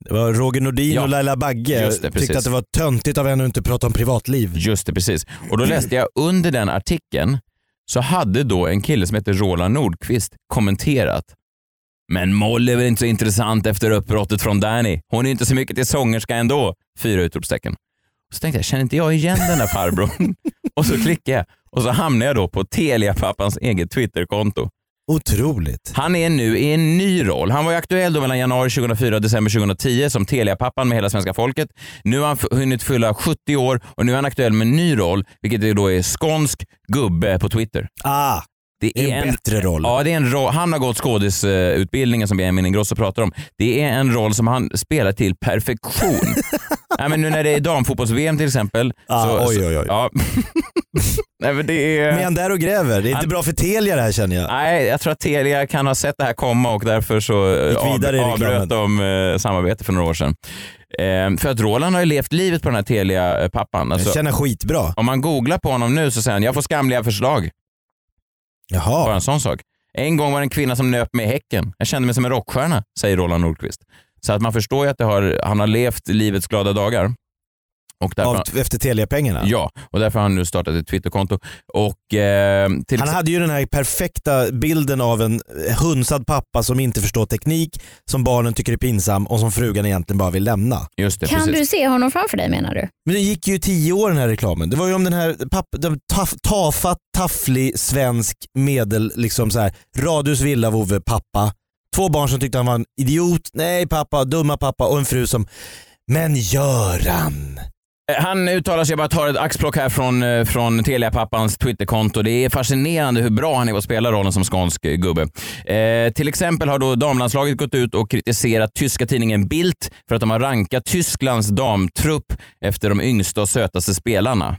Det var Roger Nordin
Ja.
och Laila Bagge
Just det, precis.
tyckte att det var töntigt av henne att inte prata om privatliv.
Just det, precis. Och då läste jag under den artikeln så hade då en kille som heter Roland Nordqvist kommenterat men Molly är väl inte så intressant efter uppbrottet från Danny. Hon är inte så mycket till sångerska ändå. Fyra utropstecken. Och så tänkte jag, känner inte jag igen den där farbrorn? och så klickade jag och så hamnade jag då på Telia-pappans eget Twitterkonto.
Otroligt.
Han är nu i en ny roll. Han var ju aktuell då mellan januari 2004 och december 2010 som Telia-pappan med hela svenska folket. Nu har han f- hunnit fylla 70 år och nu är han aktuell med en ny roll, vilket är då är skånsk gubbe på Twitter.
Ah,
Det
det är en bättre roll.
Ja, det är en roll. Han har gått skådisutbildningen som Benjamin Ingrosso pratar om. Det är en roll som han spelar till perfektion. Nej, men nu när det är damfotbolls-VM till exempel.
Ah,
så,
oj, oj, oj.
Så, ja. Nej, men det är...
Men är han där och gräver? Det är inte
Han-
bra för Telia det här känner jag.
Nej, jag tror att Telia kan ha sett det här komma och därför så eh,
Gick vidare i
av,
reklamen.
avbröt de eh, samarbete för några år sedan. Eh, för att Roland har ju levt livet på den här Telia-pappan.
Jag
Alltså,
känner skitbra.
om man googlar på honom nu så säger han, jag får skamliga förslag. Bara
Jaha.
en sån sak. En gång var det en kvinna som nöp mig i häcken. Jag kände mig som en rockstjärna, säger Roland Nordqvist. Så att man förstår ju att det har, han har levt livets glada dagar. Och därför,
Av, efter Telia-pengarna.
ja, och därför har han nu startat ett Twitterkonto. Och, eh, till
Han hade ju den här perfekta bilden av en hunsad pappa som inte förstår teknik, som barnen tycker är pinsam och som frugan egentligen bara vill lämna.
just det,
kan
precis.
du se honom framför dig menar du?
Men den gick ju i tio år den här reklamen. Det var ju om den här papp, den taf, tafatt, tafflig, svensk, medel, liksom så här, radhus, villa, vovve, pappa. Två barn som tyckte han var en idiot, nej pappa, dumma pappa och en fru som, men Göran.
Eh, Han uttalar sig, jag bara tar ett axplock här från, eh, från Telia-pappans Twitterkonto. Det är fascinerande hur bra han är på att spela rollen som skånsk eh, gubbe. Eh, till exempel har då damlandslaget gått ut och kritiserat tyska tidningen Bild för att de har rankat Tysklands damtrupp efter de yngsta och sötaste spelarna.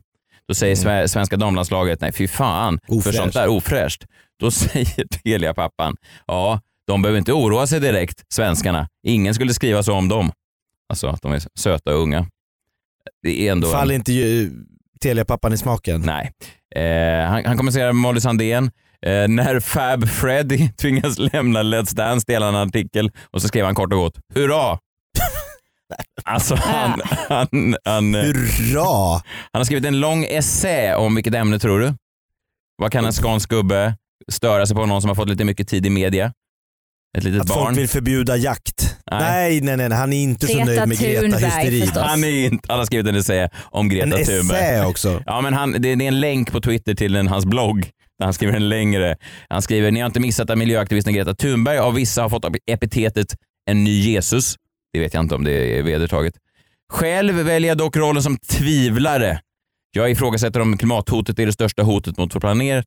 Då säger sve- svenska damlandslaget, nej fy fan, för
Ofräscht.
sånt där ofräscht. Då säger Telia-pappan, ja, de behöver inte oroa sig direkt, svenskarna. Ingen skulle skriva så om dem. Alltså att de är söta och unga. Det är ändå... en-
Faller inte ju Telia-pappan i smaken?
Nej. Eh, han, han kommenterar Molly Sandén. Eh, när Fab Freddy tvingas lämna Let's Dance delar han en artikel och så skrev han kort och gott Hurra! alltså han, han, han, eh,
Hurra!
han har skrivit en lång essä om vilket ämne tror du? Vad kan en skånsk gubbe störa sig på någon som har fått lite mycket tid i media? Ett litet
Att
barn?
folk vill förbjuda jakt.
Nej.
Nej, nej, nej, han är inte så
Greta
nöjd med Greta
Thunberg
Hysteri.
förstås.
Han, är inte, han har skrivit en essä om
En
Greta Thunberg.
essä också.
Ja, men han, det, det är en länk på Twitter till en, hans blogg där han skriver en längre. Han skriver, ni har inte missat att miljöaktivisten Greta Thunberg av vissa har fått epitetet en ny Jesus. Det vet jag inte om det är vedertaget. Själv väljer jag dock rollen som tvivlare. Jag ifrågasätter om klimathotet är det största hotet mot vår planet.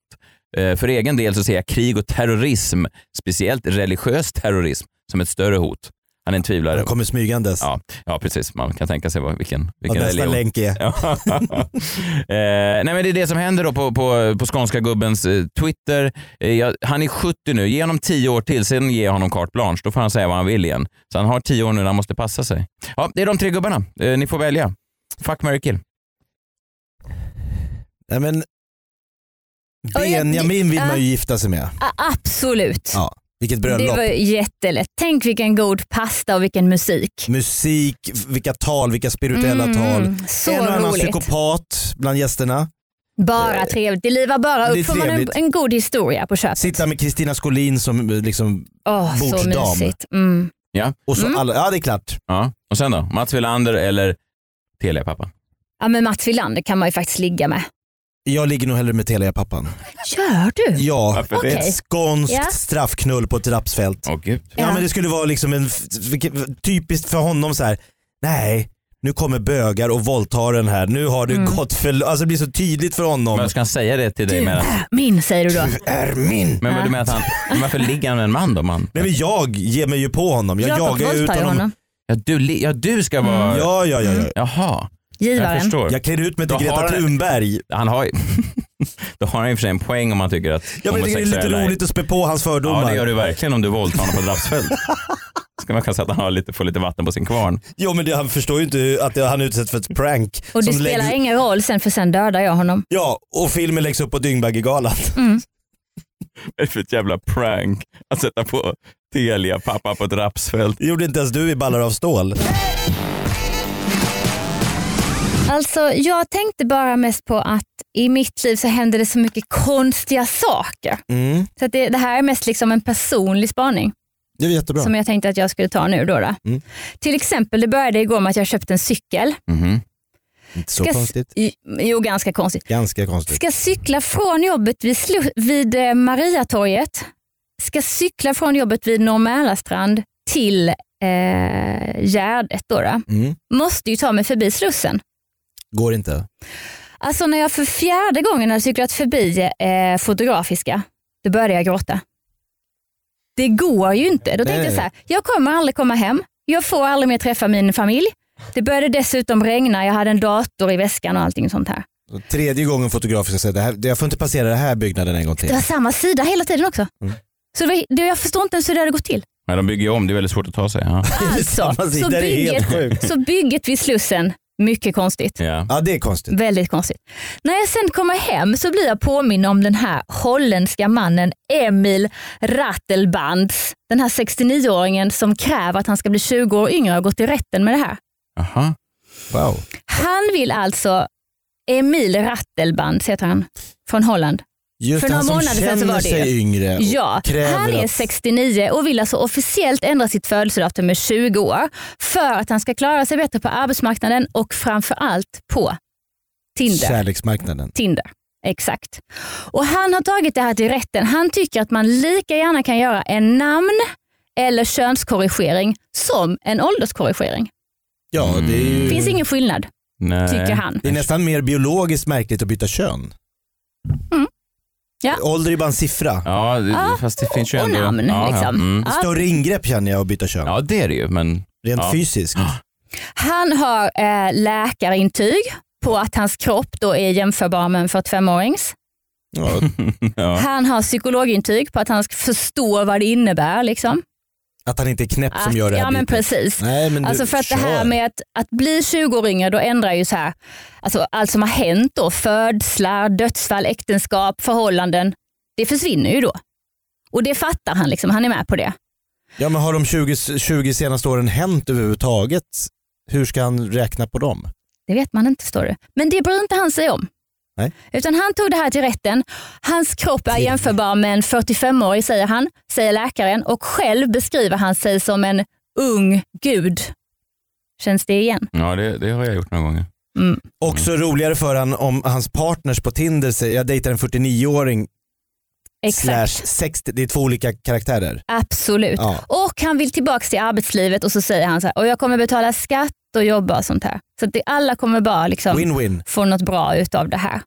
Eh, För egen del så ser jag krig och terrorism, speciellt religiös terrorism, som ett större hot. Han är en tvivlare.
Han kommer smygandes.
Ja, ja, precis. Man kan tänka sig vad, vilken,
Vad
vilken
nästa
religion.
länk är.
Ja. eh, nej men det är det som händer då på, på, på skånska gubbens eh, Twitter. Eh, jag, han är 70 nu, ge honom 10 år till, sen ger jag honom carte blanche. Då får han säga vad han vill igen. Så han har 10 år nu när han måste passa sig. Ja, det är de tre gubbarna. Eh, ni får välja. Fuck, marry, kill.
Nej, men
Ja, jag-
Benjamin vill man ju
ja.
gifta sig med.
A- absolut.
Ja. Vilket
det
bröllop.
var jättelätt. Tänk vilken god pasta och vilken musik. Mm,
Musik, vilka tal, vilka spirituella tal.
så
en och annan
roligt.
psykopat bland gästerna.
Bara trevligt. Det livar bara
det är
upp. Får man en,
trevligt.
en god historia på köpet.
Sitta med Kristina Skolin som eh, liksom,
Åh, så
bordsdam.
mysigt. Mm.
Ja.
och så alla, ja det är klart.
ja. Och sen då? Mats Wilander eller Telia-pappa?
Ja, men Mats Wilander kan man ju faktiskt ligga med.
Jag ligger nog hellre med Telia-pappan.
Gör du?
Ja,
Varför det?
Okej.
ett skånskt
Ja.
straffknull på ett rapsfält.
Åh gud.
Ja.
Ja.
men det skulle vara liksom en, f- f- typiskt för honom så här. nej nu kommer bögar och våldtar den här, nu har du
Mm.
gått för lo- Alltså det blir så tydligt för honom.
Men ska han säga det till dig med att,
Min säger du då.
är min.
men, men du menar att han, men varför ligger han med en man då? Man?
Nej men jag ger mig ju på honom, jag
Jakob
jagar ju ut
våldtar ju
honom.
honom.
Ja, du, li- ja, du ska vara...
Mm. Ja, ja, ja, ja.
Jaha, jag
Givaren.
förstår.
Jag klär ut mig till
Då har
Greta
han-
Thunberg.
Han har ju... Då har han i och för sig en poäng om han tycker att
Jag men det är lite
homosexuella är-
roligt att spä på hans
Ja
fördomar.
det gör du verkligen om du våldtar honom på ett rapsfält. Ska man kunna säga att han har lite, får lite vatten på sin kvarn.
Jo men det, han förstår ju inte att det, han utsätts för ett prank.
Och det
som
spelar
läggs-
ingen roll sen för sen dödar jag honom.
Ja, och filmen läggs upp på Dyngbaggegalan.
Mm.
Vad är det för ett jävla prank att sätta på Telia pappa på ett rapsfält?
Det gjorde inte ens du i Ballar av stål.
Alltså jag tänkte bara mest på att i mitt liv så händer det så mycket konstiga saker.
Mm.
Så att det, det här är mest liksom en personlig spaning
Det är jättebra.
som jag tänkte att jag skulle ta nu. Då, då.
Mm.
Till exempel, det började igår med att jag köpte en cykel.
Mhm.
Inte så
Ska s-
konstigt. Typ.
I- Jo, ganska konstigt.
Ganska konstigt.
Ska cykla från jobbet vid, slu- vid eh, Mariatorget. Ska cykla från jobbet vid Norr till eh, Gärdet. Då, då.
Mm.
Måste ju ta mig förbi Slussen.
Går inte.
Alltså när jag för fjärde gången hade cyklat förbi eh, Fotografiska, då började jag gråta. Det går ju inte. Då tänkte jag så här, jag kommer aldrig komma hem. Jag får aldrig mer träffa min familj. Det började dessutom regna. Jag hade en dator i väskan och allting sånt här.
Så Tredje gången fotografiska säger det här, jag får inte passera den här byggnaden en gång till.
Det var samma sida hela tiden också.
Mm.
Så det var, det, jag förstår inte ens hur det hade gått till.
Nej, de bygger ju om, det är väldigt svårt att ta sig. Ja.
Alltså,
Samma sida,
så
det är helt
bygget,
sjukt.
så bygget vid Slussen, mycket konstigt.
Ja.
Ja det är konstigt.
Väldigt konstigt. När jag sen kommer hem så blir jag påminn om den här holländska mannen Emil Rattelbands. Den här 69-åringen som kräver att han ska bli 20 år yngre och har gått i rätten med det här.
Aha.
Wow.
Han vill alltså, Emil Rattelband heter han, från Holland.
Just
För några
han som
månader sedan så
känner
var det
sig
ju.
yngre och
Ja,
kräver
han är
att...
69 och vill alltså officiellt ändra sitt födelsedatum med 20 år för att han ska klara sig bättre på arbetsmarknaden och framför allt på Tinder.
Kärleksmarknaden.
Tinder. Exakt. Och Han har tagit det här till rätten. Han tycker att man lika gärna kan göra en namn eller könskorrigering som en ålderskorrigering.
Ja, det är
Mm.
ju...
Det finns ingen skillnad,
Nej.
tycker han.
Mm. Det är nästan mer biologiskt märkligt att byta kön.
Mm. Ja.
Ålder är bara en siffra.
Ja, det,
Ja,
fast det finns ju
och
ändå...
namn,
ja, ja.
liksom.
Mm.
Ja.
Större ingrepp känner jag att byta kön.
ja, det är det ju. Men
Rent
Ja.
fysiskt.
Han har eh, läkarintyg på att hans kropp då är jämförbar med en 45-årings.
Ja.
Ja.
Han har psykologintyg på att han ska förstå vad det innebär. Liksom.
Att han inte är knäpp som
Att-
gör det här
Ah, ja, men
bytet.
precis.
Nej, men du,
Alltså för att det här
kör.
med att, att bli 20 år yngre, då ändrar ju så här, alltså allt som har hänt då, födslar, dödsfall, äktenskap, förhållanden, det försvinner ju då. Och det fattar han, liksom, han är med på det.
Ja men har de 20, 20 senaste åren hänt överhuvudtaget? Hur ska han räkna på dem?
Det vet man inte förstår du. Men det bryr inte han sig om.
Nej.
Utan han tog det här till rätten. Hans kropp är jämförbar med en 45-årig säger han, säger läkaren och själv beskriver han sig som en ung gud. Känns det igen?
ja, det, det har jag gjort några gånger.
Också
Mm.
roligare för han om hans partners på Tinder säger jag dejtar en 49-åring slash
Exakt.
60. Det är två olika karaktärer.
Absolut.
Ja.
Och han vill tillbaka till arbetslivet och så säger han så här, och jag kommer betala skatt och jobba och sånt här. Så att det, alla kommer bara liksom
Win-win.
få något bra utav det här.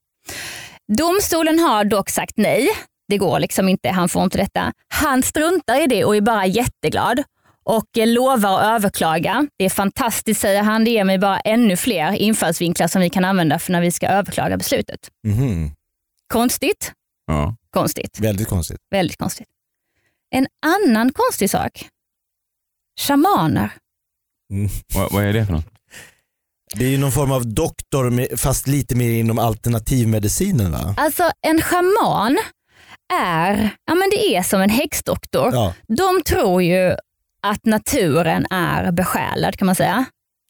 Domstolen har dock sagt nej. Det går liksom inte, han får inte detta. Han struntar i det och är bara jätteglad och eh, lovar att överklaga. Det är fantastiskt säger han, det ger mig bara ännu fler infallsvinklar som vi kan använda för när vi ska överklaga beslutet.
Mhm.
Konstigt,
Ja.
konstigt,
Väldigt konstigt.
väldigt konstigt. En annan konstig sak. Shamaner.
Vad, vad är det för något?
Det är ju någon form av doktor med- fast lite mer inom alternativmedicinen va?
Alltså en shaman är, ja men det är som en häxdoktor.
Ja.
De tror ju att naturen är besjälad kan man säga.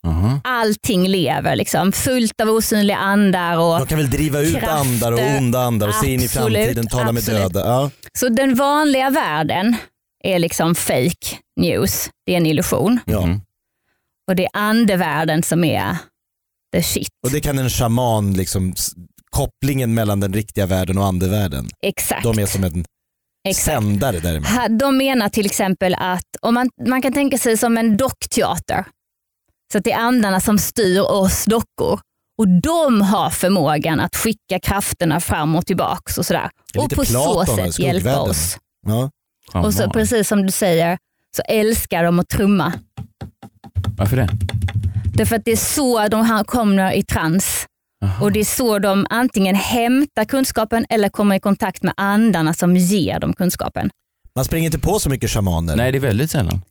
Aha.
Allting lever liksom. Fullt av osynliga andar. Och,
De kan väl driva ut
Krafter.
andar och onda andar och se in i
Absolut,
framtiden, tala med
absolut.
döda. Ja.
Så den vanliga världen är liksom fake news. Det är en illusion.
Ja.
Mm.
Och det är andevärlden som är the shit.
Och det kan en shaman, liksom, s- kopplingen mellan den riktiga världen och andevärlden.
Exakt.
De är som en
Exakt.
sändare däremellan.
Ha- De menar till exempel att om man, man kan tänka sig som en dockteater. Så att det är andarna som styr oss dockor. Och de har förmågan att skicka krafterna fram och tillbaks och sådär.
Det
Och
är lite
på
Platon,
så
va?
sätt
Skuggvärlden.
hjälpa oss.
Ja.
Och så
Shaman.
precis som du säger så älskar de att trumma.
Varför det?
Därför att det är så de här kommer i trans.
Aha.
Och det är så de antingen hämtar kunskapen eller kommer i kontakt med andarna som ger dem kunskapen.
Man springer inte på så mycket shamaner.
Nej, det är väldigt sällan.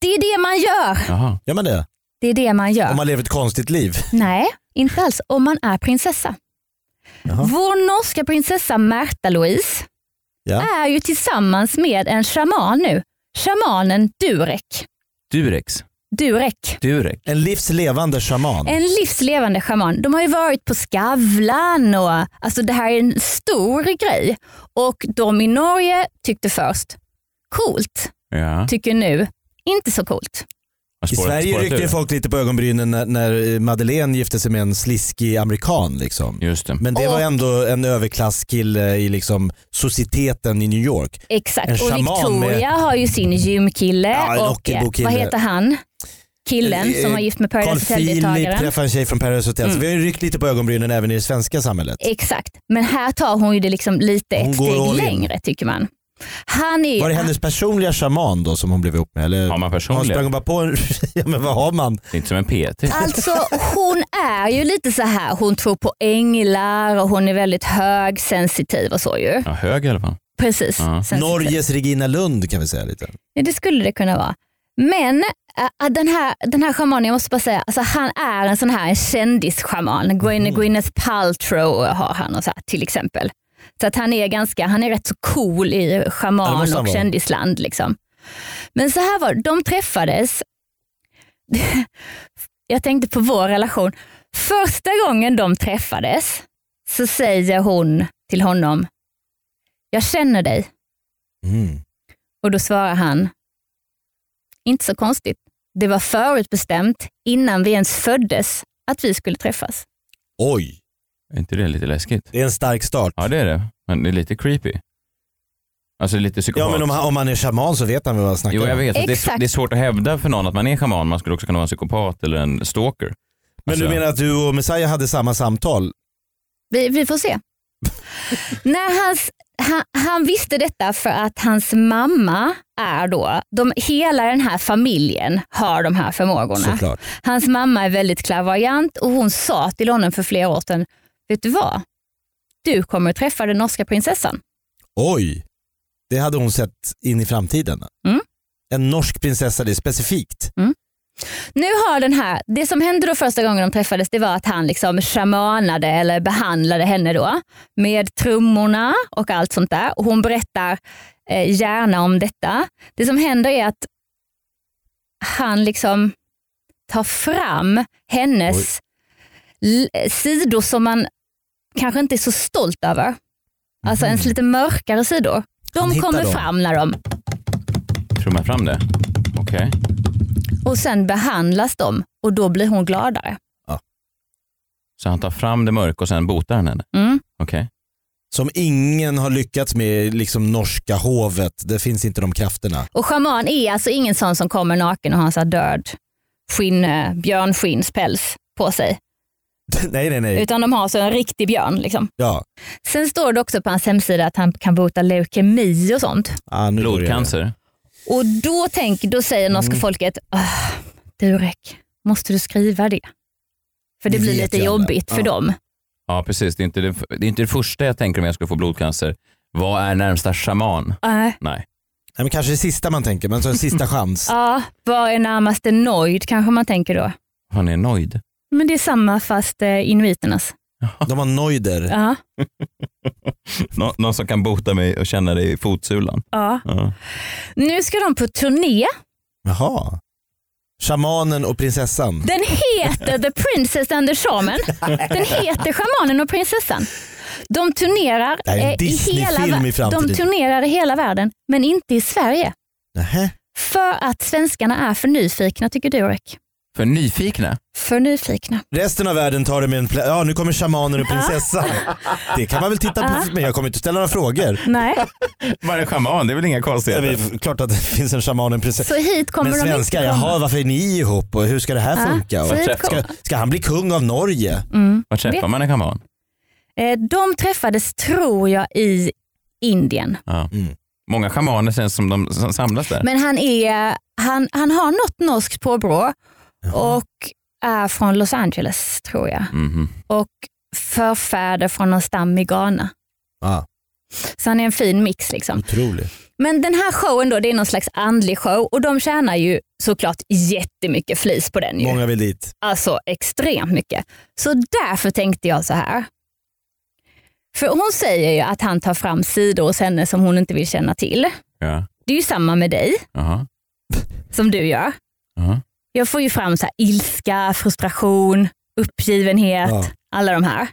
Det är det man gör.
Jaha.
Gör man det?
Det är det man gör.
Om man lever ett konstigt liv?
Nej, inte alls. Om man är prinsessa.
Jaha.
Vår norska prinsessa Märta Louise
Ja.
är ju tillsammans med en shaman nu. Shamanen Durek.
Durex.
Durek.
Durek.
En livslevande shaman?
En livslevande shaman. De har ju varit på Skavlan och alltså det här är en stor grej. Och de i Norge tyckte först coolt,
Ja.
tycker nu inte så coolt.
Har
I
spårat-
Sverige
spårat
ryckte
ur.
ju folk lite på ögonbrynen när, när Madeleine gifte sig med en sliskig amerikan. Liksom.
Just det.
Men det var
Och-
ändå en överklasskille i liksom societeten i New York. En
Exakt. Och
shaman
Victoria har ju sin gymkille
Ja, en
och eh,
Ockelbo-kille.
vad heter han? Killen
Eh,
som var gift med
Carl
Paradise
Philip
Hotel-deltagaren.
träffade en tjej från Paradise Hotel. Så
Mm.
vi har ju ryckt lite på ögonbrynen även i det svenska samhället.
Exakt, men här tar hon ju det liksom lite
Hon
ett
går all in.
steg längre tycker man. Han är,
Var det hennes personliga shaman då som hon blev ihop med? Eller?
Har man
hon
personligen?
sprang bara på en... ja men vad har man?
Det är inte som en PT.
Alltså hon är ju lite så här, hon tror på änglar och hon är väldigt högsensitiv och så ju.
Ja, hög i alla fall.
Precis.
Ja.
sensitiv.
Norges Regina Lund kan vi säga lite.
Ja, det skulle det kunna vara. Men äh, den här, den här schamanen, jag måste bara säga, alltså, han är en sån här en kändisschaman. Gwyn-
Mm.
Gwyneth Paltrow har han och så här, till exempel. Så att han är ganska, han är rätt så cool i
Ja, det
schaman
måste han
och
vara.
kändisland. Liksom. Men så här var det, de träffades, jag tänkte på vår relation. Första gången de träffades så säger hon till honom, jag känner dig.
Mm.
Och då svarar han, inte så konstigt. Det var förutbestämt innan vi ens föddes att vi skulle träffas.
Oj,
Är inte det lite läskigt?
det är en stark start.
Ja, det är det. Men det är lite creepy. Alltså lite psykopat.
Ja men om han, om han är shaman så vet han väl vad han snackar
Jo, jag
om.
vet. att Det är,
Exakt.
det är svårt att hävda för någon att man är shaman. Man skulle också kunna vara en psykopat eller en stalker.
Men
Alltså-
du menar att du och Messiah hade samma samtal?
Vi, vi får se. När hans, han, han visste detta för att hans mamma är då, de, hela den här familjen har de här förmågorna.
Såklart.
Hans mamma är väldigt klavoyant och hon sa till honom för flera år sedan, vet du vad? Du kommer att träffa den norska prinsessan.
Oj, det hade hon sett in i framtiden.
Mm.
En norsk prinsessa, det är specifikt.
Nu har den här, det som hände då första gången de träffades det var att han liksom shamanade eller behandlade henne då med trummorna och allt sånt där. Och hon berättar eh, gärna om detta. Det som händer är att han liksom tar fram hennes l- sidor som man kanske inte är så stolt över. Alltså ens lite mörkare sidor.
Mhm. Han
De
hittar
kommer
dem.
fram när de
Trummar fram det. Okej.
och sen behandlas de och då blir hon gladare.
Så han tar fram det mörka och sen botar han henne?
Mm.
Okej.
Som ingen har lyckats med i liksom norska hovet. Det finns inte de krafterna.
Och schaman är alltså ingen sån som kommer naken och har en sån här död skinn, eh, björnskinspäls på sig.
nej, nej, nej.
Utan de har så en riktig björn. Liksom.
Ja.
Sen står det också på hans hemsida att han kan bota leukemi och sånt.
Ah, nu börjar det.
Blodcancer.
Och då, tänk, då säger norska folket, "Åh, Durek, måste du skriva det? För det
Ni
blir
vet
lite
ju alla.
jobbigt för
Ja.
dem.
Ja, precis. Det är, inte det, det är inte det första jag tänker om jag skulle få blodcancer. Vad är närmsta shaman?
Äh,
Nej.
Nej, men kanske det sista man tänker, men så en sista chans.
ja, vad är närmaste nöjd kanske man tänker då.
Han är nöjd.
Men det är samma fast eh, inuiternas.
De har noider.
Ja,
Nå, någon som kan bota mig och känna dig i fotsulan.
ja.
Ja.
Nu ska de på turné
Jaha. Shamanen och prinsessan.
Den heter The Princess and the Shaman. Den heter Shamanen och prinsessan. De turnerar,
Det här är en
eh, i,
Disney-film
hela,
i
vär-
framtiden.
de turnerar i hela världen, men inte i Sverige.
Nähä.
För att svenskarna är för nyfikna, tycker du Rick?
För nyfikna?
För nyfikna.
Resten av världen tar det med en plä- Ja, nu kommer shamanen och prinsessan. Det kan man väl titta på, men jag kommer inte ställa några frågor.
Nej,
Vad är schaman? Det är väl inga
Det är
konstigheter?
väl klart att det finns en shaman och en prinsessa.
så hit kommer
Men
de
svenskar,
inte komma.
jaha varför är ni ihop och hur ska det här
Ja,
funka?
så
Och
hit
ska,
kom-
ska han bli kung av Norge?
Mm.
Var träffar man en schaman?
Eh, De träffades, tror jag, i Indien.
Ja.
Mm.
Många schamaner känns som de som samlas där.
Men han, är, han, han har något norskt påbrå och är från Los Angeles, tror jag.
Mhm.
och förfäder från någon stam i Ghana.
Ah.
Så han är en fin mix. liksom.
Otroligt.
Men den här showen då, det är någon slags andlig show och de tjänar ju såklart jättemycket flis på den. Ju.
Många vill dit.
Alltså extremt mycket. Så därför tänkte jag så här. För hon säger ju att han tar fram sidor hos henne som hon inte vill känna till.
Ja.
Det är ju samma med dig
Jaha.
som du gör.
Jaha.
Jag får ju fram så här ilska, frustration, uppgivenhet,
Ja.
alla de här.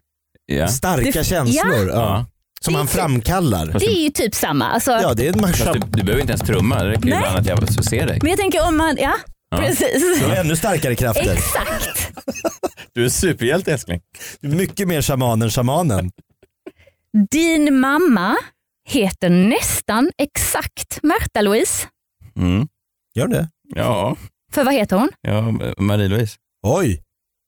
Ja.
Starka
Det-
känslor ja.
Ja.
som
Det-
han framkallar.
Det är ju typ samma. Alltså,
Ja, det är en
Fast du,
mashup.
du behöver inte ens trumma, det räcker ju
Nej.
ibland att jag ser dig.
Men jag tänker om man, ja,
Ja.
precis.
Det är ännu starkare krafter.
Exakt.
Du är superhjälte älskling.
Mycket mer shaman än shamanen.
Din mamma heter nästan exakt Märta-Louise.
Mm.
Gör det?
Ja,
För vad heter hon?
ja Marie-Louise.
Oj,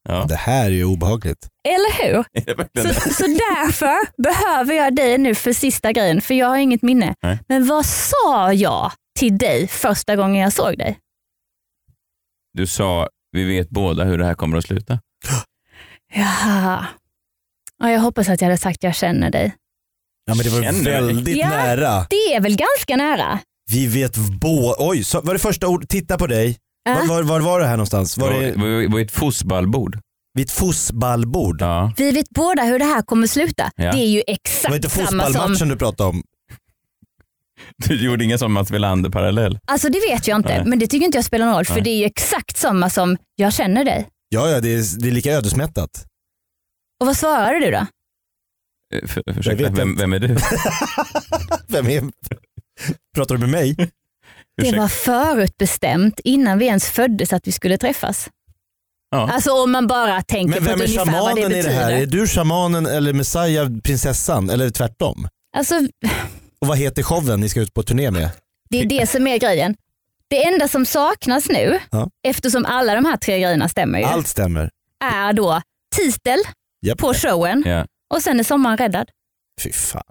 Ja.
det här är ju obehagligt.
Eller hur?
Är det verkligen
Så,
det?
så därför behöver jag dig nu för sista grejen, för jag har inget minne.
Nej.
Men vad sa jag till dig första gången jag såg dig?
Du sa, vi vet båda hur det här kommer att sluta.
Jaha. Ja, jag hoppas att jag hade sagt jag känner dig.
Ja, men det var
Känner du?
väldigt
Ja.
nära.
Det är väl ganska nära?
Vi vet båda. Oj, så, var det första ord? Titta på dig. Var,
Ja.
var, var var det här någonstans? Var
det
det
var, var, var ett fotbollbord.
vid ett fotbollbord?
Ja.
Vi vet båda hur det här kommer sluta.
Ja.
Det är ju
Det var
exakt
inte
samma som...
fotbollsmatchen du pratade om.
Du gjorde ingen som Mats Welander-parallell.
Alltså det vet jag inte,
Nej.
men det tycker inte jag spelar någon roll för
Nej.
det är ju exakt samma som jag känner dig.
Ja, ja det, är, det är lika ödesmättat.
Och vad svarade du då?
Eh, För, ursäkta,
vet
vem,
inte.
vem är du?
Vem är... Pratar du med mig?
Det var förutbestämt innan vi ens föddes att vi skulle träffas.
Ja.
Alltså om man bara tänker på
Men vem
ett
är
ungefär vad det
shamanen i det här?
betyder.
Är du shamanen eller Messiah prinsessan? Eller tvärtom?
Alltså,
Och vad heter showen ni ska ut på turné med?
det är det som är grejen. Det enda som saknas nu,
Ja.
eftersom alla de här tre grejerna stämmer, ju,
Allt stämmer.
är då titel
Japp.
på showen
Ja.
och sen är sommaren räddad.
Fy fan.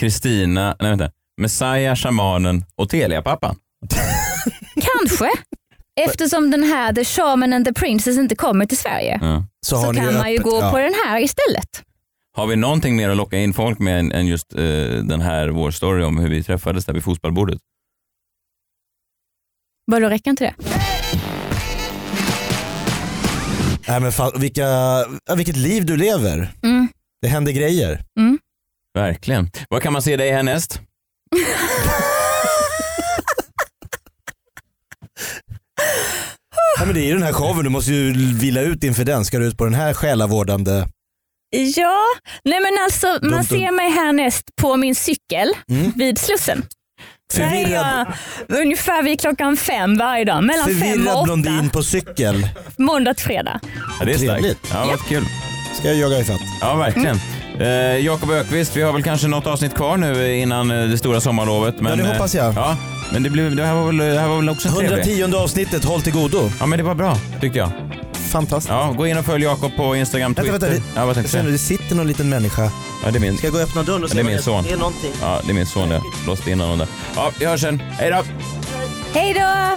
Kristina, nej vänta. Messiah, shamanen och Telia-pappan.
Kanske, eftersom den här The Shaman and the Princess inte kommer till Sverige.
Ja.
Så,
så
har ni
kan man ju
öppet-
gå
ja.
på den här istället.
Har vi någonting mer att locka in folk med än, än just eh, den här vår story om hur vi träffades där vid fotbollbordet?
Bara då räcker inte det?
Nej, men fan, vilka, ja, vilket liv du lever.
Mm.
Det händer grejer.
Verkligen. Vad kan man se dig härnäst?
Ja, men det är ju den här showen, du måste ju vila ut inför den. Ska du ut på den här själavårdande...
Ja, nej men alltså man
dum.
ser mig härnäst på min cykel
Mm.
vid Slussen. Där är
Förvirrad,
jag ungefär vid klockan fem varje dag, mellan fem och
förvirrad
åtta,
blondin på cykel.
måndag till fredag.
Ja, det är
Trevligt.
starkt. Ja, vad kul.
Ska jag jaga ifatt.
Ja, verkligen. Eh, Jakob Ökvist, vi har väl kanske något avsnitt kvar nu innan eh, det stora sommarlovet. Men,
det
eh,
hoppas jag.
Ja, men det, blev, det, här var väl, det här var väl också trevligt.
110 avsnittet, håll till godo.
Ja, men det var bra tycker jag.
Fantastiskt.
Ja, gå in och följ Jakob på Instagram, Twitter.
Vänta, vänta. Vi,
Ja, vad tänkte
Sen,
du?
det sitter någon liten människa.
Ja, det är min,
Ska jag gå och öppna dörren och se
det är
vad
min son.
Det är någonting.
Ja, det är min son där. Låste in honom där. Ja, vi hörs sen. Hej då!
Hej då!